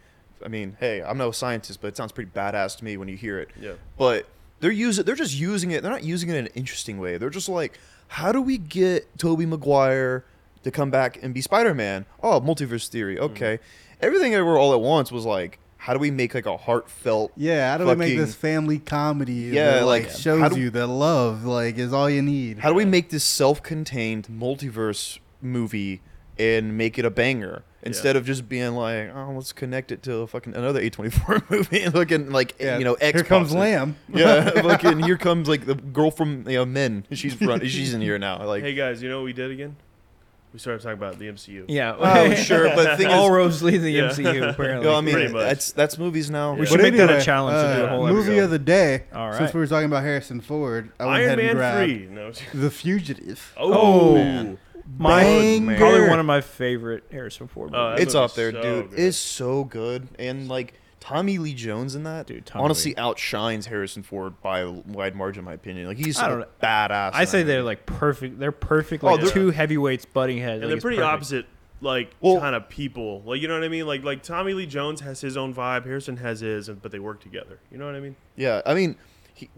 Speaker 4: I mean, hey, I'm no scientist, but it sounds pretty badass to me when you hear it.
Speaker 3: Yeah.
Speaker 4: But they're using they're just using it. They're not using it in an interesting way. They're just like, how do we get Toby Maguire to come back and be Spider-Man. Oh, multiverse theory. Okay, everything ever all at once was like, how do we make like a heartfelt?
Speaker 2: Yeah, how do we make this
Speaker 4: fucking-
Speaker 2: family comedy?
Speaker 4: Yeah,
Speaker 2: that, like,
Speaker 4: like, how
Speaker 2: shows
Speaker 4: do-
Speaker 2: you that love like is all you need.
Speaker 4: How do we make this self-contained multiverse movie and make it a banger instead of just being like, oh, let's connect it to a fucking another A24 movie and looking like
Speaker 2: Yeah,
Speaker 4: you know X.
Speaker 2: Here comes
Speaker 4: pops in.
Speaker 2: Lamb.
Speaker 4: Yeah, fucking here comes like the girl from you know, Men. She's run, she's in here now. Like,
Speaker 3: hey guys, you know what we did again? We started talking about the MCU.
Speaker 5: Yeah.
Speaker 4: oh sure, but the thing
Speaker 5: all
Speaker 4: is,
Speaker 5: roads lead to the
Speaker 3: Yeah.
Speaker 5: MCU. Apparently.
Speaker 4: you know, I
Speaker 3: Pretty
Speaker 4: mean,
Speaker 3: much.
Speaker 4: that's that's movies now.
Speaker 5: We
Speaker 3: Yeah.
Speaker 5: should
Speaker 2: But
Speaker 5: make that a
Speaker 2: anyway,
Speaker 5: challenge to do a
Speaker 2: uh,
Speaker 5: whole
Speaker 2: movie
Speaker 5: episode.
Speaker 2: of the day.
Speaker 5: All
Speaker 2: Since
Speaker 5: right.
Speaker 2: we were talking about Harrison Ford, I went
Speaker 3: Iron
Speaker 2: ahead and
Speaker 3: Man
Speaker 2: grabbed
Speaker 3: three. No.
Speaker 2: The Fugitive.
Speaker 5: Oh,
Speaker 3: man.
Speaker 5: My-
Speaker 2: Banger.
Speaker 5: probably one of my favorite Harrison Ford
Speaker 3: Oh,
Speaker 5: movies.
Speaker 3: that
Speaker 4: it's
Speaker 3: movie's
Speaker 4: up there,
Speaker 3: so
Speaker 4: dude.
Speaker 3: good.
Speaker 4: It's so good, and like Tommy Lee Jones in that,
Speaker 5: Dude, Tommy
Speaker 4: honestly
Speaker 5: Lee.
Speaker 4: outshines Harrison Ford by a wide margin, in my opinion. Like he's
Speaker 5: I
Speaker 4: a
Speaker 5: don't know.
Speaker 4: badass.
Speaker 5: I
Speaker 4: in
Speaker 5: say
Speaker 4: that
Speaker 5: they're
Speaker 4: movie.
Speaker 5: like perfect. They're perfect,
Speaker 4: Oh,
Speaker 5: like
Speaker 4: they're-
Speaker 5: two heavyweights butting
Speaker 3: and
Speaker 5: heads. like,
Speaker 3: they're
Speaker 5: it's
Speaker 3: pretty
Speaker 5: perfect.
Speaker 3: opposite like
Speaker 4: Well-
Speaker 3: kind of people like you know what i mean like like tommy lee jones has his own vibe harrison has his and- but they work together you know what i mean
Speaker 4: Yeah, I mean, he,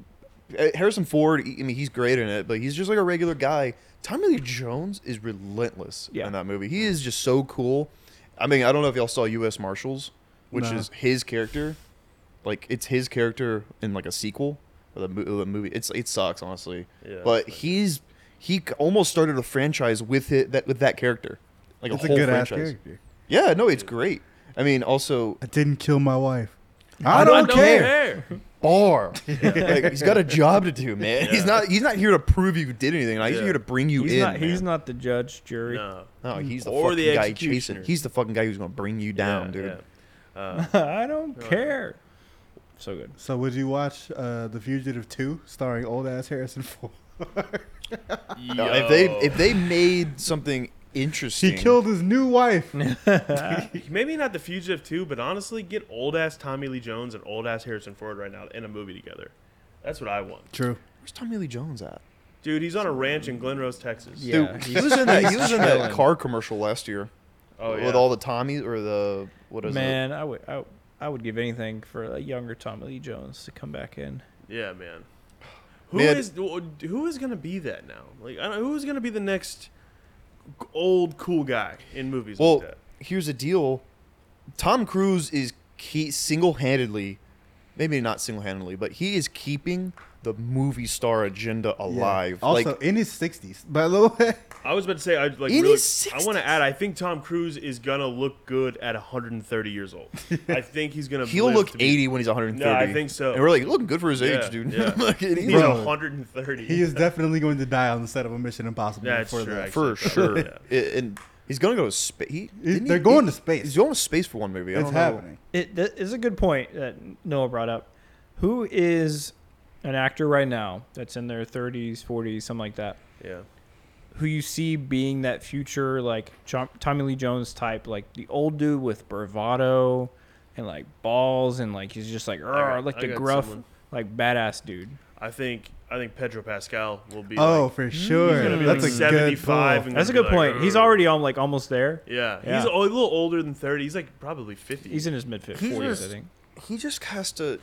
Speaker 4: uh, Harrison Ford. he- I mean, he's great in it, but he's just like a regular guy. Tommy Lee Jones is relentless
Speaker 5: Yeah.
Speaker 4: in that movie. He is just so cool. I mean, I don't know if y'all saw U.S. Marshals, which
Speaker 2: No.
Speaker 4: is his character. Like it's his character in like a sequel of the, mo- of the movie. It's it sucks honestly,
Speaker 3: Yeah,
Speaker 4: but
Speaker 3: but-
Speaker 4: he's he c- almost started a franchise with it that with that character, like
Speaker 2: it's
Speaker 4: a
Speaker 2: a
Speaker 4: whole
Speaker 2: good ass
Speaker 4: franchise.
Speaker 2: character.
Speaker 4: Yeah, no, it's great. I mean, also
Speaker 2: I didn't kill my wife. I, don't, care.
Speaker 4: bar. Like, he's got a job to do, man. He's not he's not here to prove you did anything. Like, He's
Speaker 3: Yeah.
Speaker 4: here to bring you
Speaker 5: He's
Speaker 4: in.
Speaker 5: not. He's
Speaker 4: man.
Speaker 5: not the judge, jury.
Speaker 3: no
Speaker 4: No, he's the
Speaker 3: Or
Speaker 4: fucking
Speaker 3: the
Speaker 4: guy chasing.
Speaker 3: executioner.
Speaker 4: He's the fucking guy who's gonna bring you down,
Speaker 3: Yeah,
Speaker 4: dude.
Speaker 3: yeah. Uh,
Speaker 5: I don't care. So good.
Speaker 2: So would you watch uh, The Fugitive 2 starring old ass Harrison Ford?
Speaker 4: No, if they
Speaker 3: yo.
Speaker 4: if they made something interesting,
Speaker 2: He killed his new wife.
Speaker 3: maybe not the fugitive too but honestly get old ass tommy lee jones and old ass harrison ford right now in a movie together that's what i want
Speaker 2: True.
Speaker 4: Where's Tommy Lee Jones at?
Speaker 3: dude he's on a ranch in glenrose texas
Speaker 5: Yeah.
Speaker 4: Dude, he was in that he was in that car commercial last year
Speaker 3: oh yeah
Speaker 4: with all the Tommy or the what is
Speaker 5: Man, I would. I, I would give anything for a younger Tommy Lee Jones to come back in.
Speaker 3: yeah man Who
Speaker 4: Man.
Speaker 3: is who is gonna be that now like I don't, who's gonna be the next old cool guy in movies
Speaker 4: it? Well,
Speaker 3: like that
Speaker 4: here's the deal. Tom Cruise is key single-handedly, maybe not single-handedly, but he is keeping the movie star agenda
Speaker 2: Yeah.
Speaker 4: alive.
Speaker 2: Also,
Speaker 4: like
Speaker 2: in his 60s, by the way.
Speaker 3: I was about to say, I like.
Speaker 4: In
Speaker 3: Really,
Speaker 4: his
Speaker 3: I want to add. I think Tom Cruise is gonna look good at 130 years old. I think he's gonna.
Speaker 4: He'll
Speaker 3: live
Speaker 4: look
Speaker 3: to be-
Speaker 4: 80 when he's 130.
Speaker 3: No, I think so.
Speaker 4: And we're like, looking good for his
Speaker 3: Yeah,
Speaker 4: age, dude.
Speaker 3: yeah.
Speaker 4: Like, and he's
Speaker 3: He's
Speaker 2: Bro.
Speaker 3: 130.
Speaker 2: He is definitely going to die on the set of a Mission Impossible.
Speaker 3: That's
Speaker 2: for
Speaker 3: true,
Speaker 2: that.
Speaker 3: actually.
Speaker 4: for sure.
Speaker 3: Yeah.
Speaker 4: And- And he's gonna go to space. He, didn't
Speaker 2: they're
Speaker 4: he-
Speaker 2: going
Speaker 4: he-
Speaker 2: to space.
Speaker 4: He's going to space for one movie. I
Speaker 2: It's
Speaker 4: don't know.
Speaker 2: happening.
Speaker 5: It that is a good point that Noah brought up. Who is an actor right now that's in their 30s, 40s, something like that,
Speaker 3: Yeah.
Speaker 5: who you see being that future like Chom- Tommy Lee Jones type, like the old dude with bravado and like balls and like he's just like "Arr," like
Speaker 3: I
Speaker 5: the
Speaker 3: got
Speaker 5: gruff,
Speaker 3: someone.
Speaker 5: like badass dude.
Speaker 3: I think. I think Pedro Pascal will be.
Speaker 2: Oh,
Speaker 3: like,
Speaker 2: for sure.
Speaker 5: gonna be
Speaker 2: That's
Speaker 5: like
Speaker 2: a good
Speaker 3: 75
Speaker 2: pull.
Speaker 3: and-
Speaker 5: That's a
Speaker 3: gonna
Speaker 5: good
Speaker 3: be like,
Speaker 5: point. He's
Speaker 3: "Arr."
Speaker 5: already on like almost there.
Speaker 3: yeah.
Speaker 5: Yeah.
Speaker 3: He's a, a little older than 30. He's like probably 50.
Speaker 5: He's in his mid 40s,
Speaker 4: He's
Speaker 5: I
Speaker 4: just-
Speaker 5: think.
Speaker 4: He just has to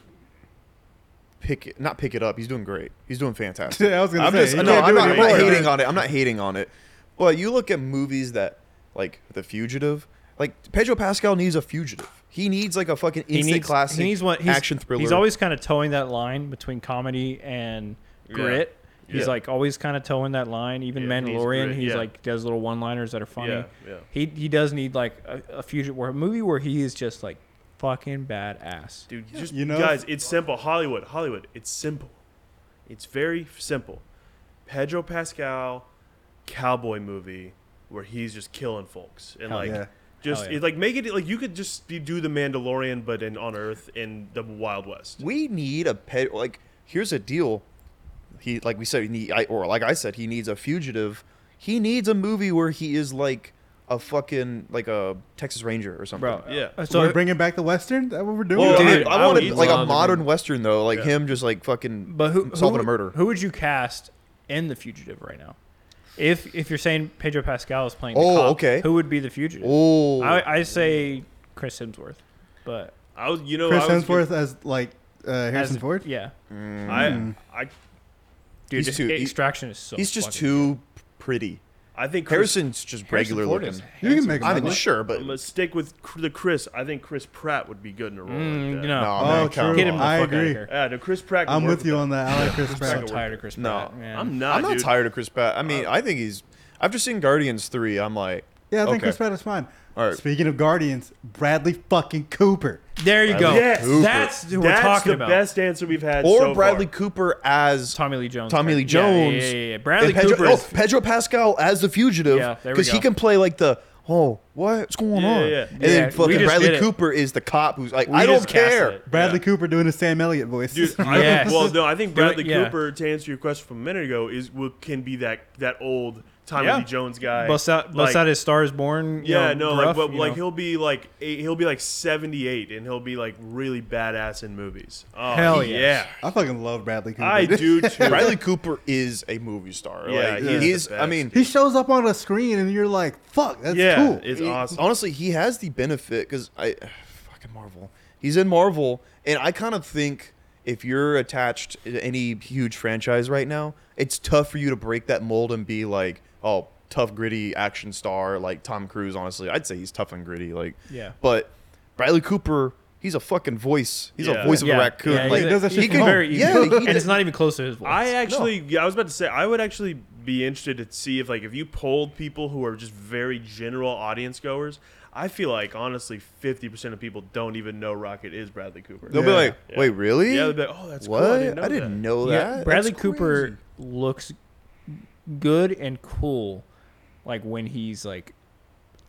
Speaker 4: pick it, not pick it up. He's doing great. He's doing fantastic.
Speaker 2: I was gonna
Speaker 4: I'm
Speaker 2: say,
Speaker 4: just
Speaker 2: you
Speaker 4: no,
Speaker 2: can't
Speaker 4: I'm
Speaker 2: do
Speaker 4: not, I'm
Speaker 2: it
Speaker 4: not
Speaker 2: anymore.
Speaker 4: hating on it. I'm not hating on it. But you look at movies that like The Fugitive. Like Pedro Pascal needs a fugitive. He needs like a fucking
Speaker 5: He
Speaker 4: instant
Speaker 5: needs,
Speaker 4: classic
Speaker 5: he needs one, he's,
Speaker 4: action thriller.
Speaker 5: He's always kind of towing that line between comedy and grit. He's
Speaker 3: Yeah.
Speaker 5: like always kind of towing that line. Even
Speaker 3: Yeah, he needs
Speaker 5: Mandalorian,
Speaker 3: grit,
Speaker 5: he's
Speaker 3: yeah.
Speaker 5: like does little one-liners that are funny.
Speaker 3: Yeah, yeah.
Speaker 5: He he does need like a, a fusion where a movie where he is just like fucking badass.
Speaker 3: Dude, just
Speaker 2: You know-
Speaker 3: guys, it's simple. Hollywood, Hollywood, it's simple. It's very simple. Pedro Pascal cowboy movie where he's just killing folks and
Speaker 5: Hell
Speaker 3: like
Speaker 2: yeah.
Speaker 3: just
Speaker 5: Hell yeah.
Speaker 3: it, like make it like you could just be, do the Mandalorian but in on Earth in the Wild West.
Speaker 4: we need a pet. Like here's a deal. He like we said, he need, I, or like I said, he needs a fugitive. He needs a movie where he is like a fucking like a Texas Ranger or something.
Speaker 5: Bro,
Speaker 3: Yeah.
Speaker 5: uh,
Speaker 2: So
Speaker 5: So
Speaker 2: we're bringing back the Western. Is That what we're doing?
Speaker 4: Well,
Speaker 3: Dude,
Speaker 4: I, I,
Speaker 3: I
Speaker 4: want
Speaker 3: would
Speaker 4: like a
Speaker 5: love to
Speaker 4: modern western though, like
Speaker 3: Yeah.
Speaker 4: him just like fucking
Speaker 5: but who
Speaker 4: solving
Speaker 5: who,
Speaker 4: a murder.
Speaker 5: Who would you cast in the fugitive right now? If if you're saying Pedro Pascal is playing, the
Speaker 4: Oh,
Speaker 5: cop,
Speaker 4: okay.
Speaker 5: Who would be the fugitive?
Speaker 4: oh,
Speaker 5: I, I say Chris Hemsworth, but
Speaker 3: I was you know
Speaker 2: Chris
Speaker 3: I was
Speaker 2: Hemsworth as like uh, Harrison
Speaker 5: as-
Speaker 2: Ford.
Speaker 5: Yeah,
Speaker 3: I I
Speaker 5: dude,
Speaker 2: Mm.
Speaker 4: He's too- he-
Speaker 5: extraction is so.
Speaker 4: he's just
Speaker 5: fucking-
Speaker 4: too pretty.
Speaker 3: I think Chris,
Speaker 4: Harrison's just regular
Speaker 5: Ford
Speaker 4: looking.
Speaker 5: is-
Speaker 2: You can make
Speaker 4: I mean,
Speaker 2: Ford.
Speaker 4: sure,
Speaker 3: I'm
Speaker 4: but
Speaker 3: gonna stick with Cr- the Chris. I think Chris Pratt would be good in a role
Speaker 5: Mm,
Speaker 3: like that.
Speaker 5: no.
Speaker 4: No,
Speaker 2: Oh,
Speaker 4: man,
Speaker 2: true.
Speaker 4: come
Speaker 5: Get him
Speaker 4: on.
Speaker 5: the
Speaker 2: I
Speaker 5: fuck out
Speaker 2: agree.
Speaker 5: of here.
Speaker 3: Yeah, no, Chris Pratt. can
Speaker 2: I'm
Speaker 3: work
Speaker 2: with you on that. I like Chris
Speaker 5: I'm
Speaker 2: Pratt.
Speaker 5: so tired of Chris
Speaker 4: No,
Speaker 5: Pratt. man.
Speaker 3: I'm not.
Speaker 4: I'm not
Speaker 3: dude. Uh,
Speaker 4: tired of Chris Pratt. I mean, I think he's. After seeing Guardians three, I'm like,
Speaker 2: Yeah, I think
Speaker 4: okay.
Speaker 2: Chris Pratt is fine.
Speaker 4: All right.
Speaker 2: Speaking of Guardians, Bradley fucking Cooper.
Speaker 5: There you go.
Speaker 3: Yes. Cooper.
Speaker 5: That's who we're
Speaker 3: That's
Speaker 5: talking
Speaker 3: the
Speaker 5: about.
Speaker 3: best answer we've had.
Speaker 4: Or
Speaker 3: so
Speaker 4: Bradley
Speaker 3: far.
Speaker 4: Cooper as
Speaker 5: Tommy Lee Jones.
Speaker 4: Tommy Lee
Speaker 5: Yeah, yeah,
Speaker 4: Jones.
Speaker 5: Yeah, yeah, yeah.
Speaker 4: and
Speaker 5: Bradley
Speaker 4: Pedro,
Speaker 5: Cooper.
Speaker 4: oh,
Speaker 5: is-
Speaker 4: Pedro Pascal as the fugitive.
Speaker 5: Yeah, there we
Speaker 4: Because he
Speaker 5: go.
Speaker 4: can play like the oh what what's going
Speaker 3: Yeah,
Speaker 4: on,
Speaker 3: yeah, yeah.
Speaker 4: and
Speaker 5: Yeah,
Speaker 4: then
Speaker 5: we
Speaker 4: fucking
Speaker 5: just did
Speaker 4: Bradley
Speaker 5: it.
Speaker 4: Cooper is the cop who's like,
Speaker 5: We
Speaker 4: I
Speaker 5: just
Speaker 4: don't
Speaker 5: cast
Speaker 4: care.
Speaker 5: it.
Speaker 2: Bradley
Speaker 3: Yeah.
Speaker 2: Cooper doing a Sam Elliott voice.
Speaker 3: Dude, I
Speaker 5: Yes.
Speaker 3: think, well, no, I think
Speaker 5: Do it,
Speaker 3: Bradley
Speaker 5: yeah.
Speaker 3: Cooper, to answer your question from a minute ago, is will, can be that that old Tommy
Speaker 5: Yeah.
Speaker 3: Lee Jones guy.
Speaker 5: Busts out, busts
Speaker 3: Like,
Speaker 5: out his Star is Born. you
Speaker 3: Yeah,
Speaker 5: know,
Speaker 3: no,
Speaker 5: gruff,
Speaker 3: like, but
Speaker 5: you
Speaker 3: like
Speaker 5: know.
Speaker 3: he'll be like eight, he'll be like seventy eight, and he'll be like really badass in movies. Oh,
Speaker 5: Hell yes.
Speaker 2: I fucking love Bradley Cooper.
Speaker 3: yeah, I do too.
Speaker 4: Bradley Cooper is a movie star.
Speaker 3: Yeah,
Speaker 4: like,
Speaker 3: he is the
Speaker 4: he's. I
Speaker 3: best.
Speaker 4: mean,
Speaker 2: he shows up on a screen and you're like, fuck, that's
Speaker 3: yeah,
Speaker 2: cool.
Speaker 3: it's
Speaker 4: he-
Speaker 3: awesome.
Speaker 4: Honestly, he has the benefit because I fucking Marvel. He's in Marvel, and I kind of think if you're attached to any huge franchise right now, it's tough for you to break that mold and be like, oh, tough gritty action star like Tom Cruise. Honestly, I'd say he's tough and gritty. Like,
Speaker 5: Yeah.
Speaker 4: But Bradley Cooper, he's a fucking voice. He's
Speaker 3: Yeah.
Speaker 4: a voice
Speaker 5: Yeah,
Speaker 4: of a raccoon.
Speaker 5: yeah,
Speaker 4: like,
Speaker 5: he's a-
Speaker 2: does that
Speaker 5: he
Speaker 2: shit
Speaker 5: can
Speaker 2: from
Speaker 5: very
Speaker 4: home.
Speaker 5: easy.
Speaker 4: Yeah, he
Speaker 5: and
Speaker 4: did-
Speaker 5: it's not even close to his voice.
Speaker 3: I actually, yeah, I was about to say, I would actually be interested to see if, like, if you polled people who are just very general audience goers, I feel like honestly, fifty percent of people don't even know Rocket is Bradley Cooper.
Speaker 4: they'll be
Speaker 2: Yeah.
Speaker 4: like,
Speaker 3: Yeah.
Speaker 4: wait, really?
Speaker 3: yeah, they'd be like, oh, that's
Speaker 4: what?
Speaker 3: cool. I didn't know that."
Speaker 4: that.
Speaker 5: yeah, Bradley
Speaker 4: That's
Speaker 5: Cooper
Speaker 4: crazy.
Speaker 5: looks good and cool, like when he's like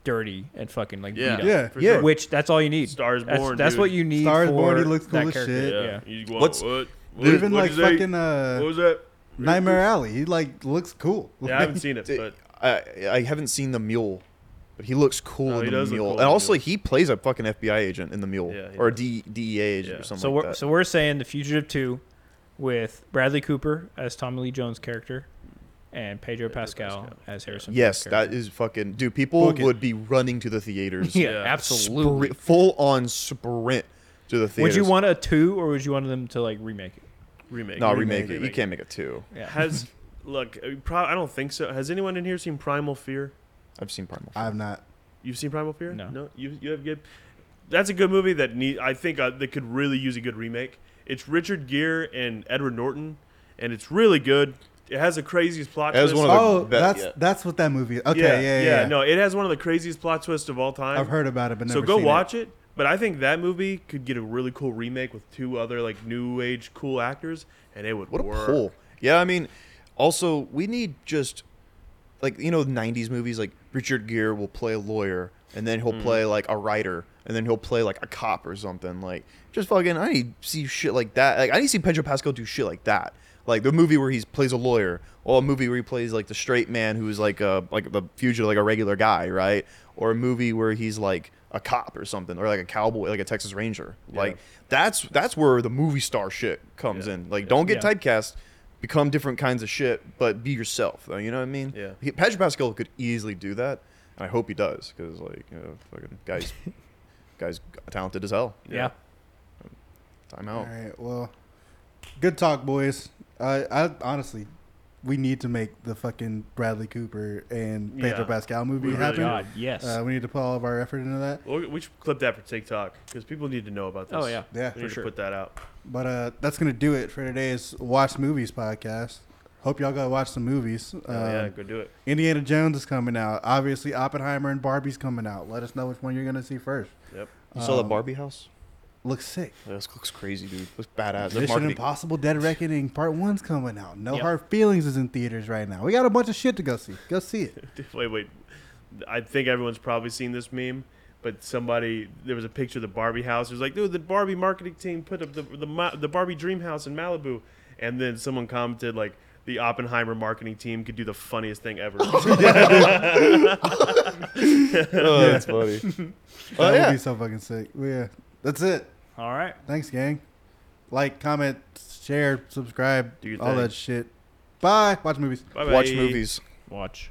Speaker 5: dirty and fucking like
Speaker 3: Yeah,
Speaker 5: beat up.
Speaker 2: Yeah.
Speaker 3: for
Speaker 4: Yeah.
Speaker 3: sure.
Speaker 5: Which that's all you need.
Speaker 3: Stars
Speaker 5: that's,
Speaker 3: born,
Speaker 5: That's
Speaker 3: dude.
Speaker 5: what you need.
Speaker 2: Stars
Speaker 5: for
Speaker 2: born, he looks
Speaker 5: that
Speaker 2: cool as
Speaker 5: character.
Speaker 2: shit.
Speaker 5: Yeah.
Speaker 3: yeah. You go,
Speaker 4: What's-
Speaker 3: what? What-
Speaker 2: Even
Speaker 3: what
Speaker 2: like
Speaker 3: did you say?
Speaker 2: fucking
Speaker 3: what
Speaker 2: uh,
Speaker 3: was that?
Speaker 2: Nightmare Alley. He like looks cool.
Speaker 3: Yeah, I haven't seen it,
Speaker 4: Dude,
Speaker 3: but
Speaker 4: I, I haven't seen the mule, but he looks cool
Speaker 3: No,
Speaker 4: in
Speaker 3: he
Speaker 4: the
Speaker 3: does look
Speaker 4: mule.
Speaker 3: cool in
Speaker 4: and
Speaker 3: the
Speaker 4: also,
Speaker 3: mule.
Speaker 4: he plays a fucking FBI agent in the mule
Speaker 3: Yeah, he
Speaker 4: or a
Speaker 3: does.
Speaker 4: D, DEA agent
Speaker 3: Yeah.
Speaker 4: or something
Speaker 5: So
Speaker 4: like
Speaker 5: we're
Speaker 4: that.
Speaker 5: so we're saying the Fugitive Two, with Bradley Cooper as Tommy Lee Jones character, and Pedro, Pascal,
Speaker 3: Pascal.
Speaker 5: as Harrison.
Speaker 4: yes,
Speaker 5: Ford's
Speaker 4: that
Speaker 5: character.
Speaker 4: is fucking dude. People
Speaker 2: Book it.
Speaker 4: would be running to the theaters.
Speaker 5: yeah,
Speaker 3: Yeah.
Speaker 5: absolutely.
Speaker 4: Sprint- full on sprint to the
Speaker 5: Would
Speaker 4: theaters.
Speaker 5: you want a two, or would you want them to like remake it?
Speaker 3: remake.
Speaker 4: No, remake, it. You can't make a two.
Speaker 5: Yeah.
Speaker 3: Has look, uh, pro- I don't think so. Has anyone in here seen Primal Fear?
Speaker 4: I've seen Primal.
Speaker 2: I have not.
Speaker 3: You've seen Primal Fear?
Speaker 5: No.
Speaker 3: No. You you have good. That's a good movie that need. I think uh, that could really use a good remake. It's Richard Gere and Edward Norton, and it's really good. It has the craziest plot.
Speaker 4: That was
Speaker 3: twist.
Speaker 4: one of the
Speaker 2: Oh,
Speaker 4: bet-
Speaker 2: that's
Speaker 4: yeah.
Speaker 2: that's what that movie. Is. Okay,
Speaker 3: yeah,
Speaker 2: yeah, yeah. yeah.
Speaker 3: No, it has one of the craziest plot twists of all time.
Speaker 2: I've heard about it, but never
Speaker 3: so go
Speaker 2: seen
Speaker 3: watch it. But I think that movie could get a really cool remake with two other like new age cool actors, and it would
Speaker 4: What a
Speaker 3: work.
Speaker 4: pull. Yeah, I mean, also we need just like you know '90s movies like Richard Gere will play a lawyer, and then he'll
Speaker 3: Mm.
Speaker 4: play like a writer, and then he'll play like a cop or something. Like just fucking, I need to see shit like that. Like I need to see Pedro Pascal do shit like that. Like the movie where he plays a lawyer, or a movie where he plays like the straight man who's like a like the fugitive, like a regular guy, right? Or a movie where he's like a cop or something, or like a cowboy, like a Texas Ranger. Like that's that's where the movie star shit comes
Speaker 3: Yeah.
Speaker 4: in. Like don't get
Speaker 5: Yeah.
Speaker 4: typecast, become different kinds of shit, but be yourself. Though, you know what I mean?
Speaker 3: Yeah.
Speaker 4: He, Pedro Pascal could easily do that, and I hope he does because like you know, fucking guys, guys talented as hell.
Speaker 5: yeah.
Speaker 3: Yeah.
Speaker 4: Time
Speaker 2: All
Speaker 4: out.
Speaker 2: right, well, good talk, boys. I I honestly, we need to make the fucking Bradley Cooper and Pedro
Speaker 3: Yeah.
Speaker 2: Pascal movie
Speaker 3: We really
Speaker 2: happen.
Speaker 5: God, yes.
Speaker 2: Uh, we need to put all of our effort into that.
Speaker 3: Well, we should clip that for TikTok because people need to know about this.
Speaker 5: oh yeah.
Speaker 2: Yeah,
Speaker 3: we
Speaker 5: for
Speaker 3: need
Speaker 5: sure.
Speaker 3: to put that out.
Speaker 2: but uh, that's gonna do it for today's Watch Movies podcast. Hope y'all go watch some movies.
Speaker 3: Oh, yeah,
Speaker 2: Um,
Speaker 3: go do it.
Speaker 2: Indiana Jones is coming out. Obviously, Oppenheimer and Barbie's coming out. Let us know which one you're gonna see first.
Speaker 3: Yep.
Speaker 4: You saw the
Speaker 2: Um,
Speaker 4: Barbie house?
Speaker 2: Looks sick.
Speaker 4: This looks crazy, dude. Looks badass. Their
Speaker 2: Mission
Speaker 4: marketing-
Speaker 2: Impossible: Dead Reckoning Part One's coming out. No
Speaker 5: Yep.
Speaker 2: Hard Feelings is in theaters right now. We got a bunch of shit to go see. Go see it.
Speaker 3: Wait, wait. I think everyone's probably seen this meme, but somebody there was a picture of the Barbie house. It was like, dude, the Barbie marketing team put up the the, Ma- the Barbie dream house in Malibu, and then someone commented like. The Oppenheimer marketing team could do the funniest thing ever.
Speaker 4: Oh, that's funny.
Speaker 2: That
Speaker 4: oh
Speaker 2: would
Speaker 4: yeah.
Speaker 2: be so fucking sick. But yeah, that's it.
Speaker 5: All right.
Speaker 2: Thanks, gang. Like, comment, share, subscribe,
Speaker 3: Do your
Speaker 2: all
Speaker 3: thing.
Speaker 2: that shit. Bye. Watch movies.
Speaker 3: Bye-bye.
Speaker 4: Watch movies.
Speaker 5: Watch.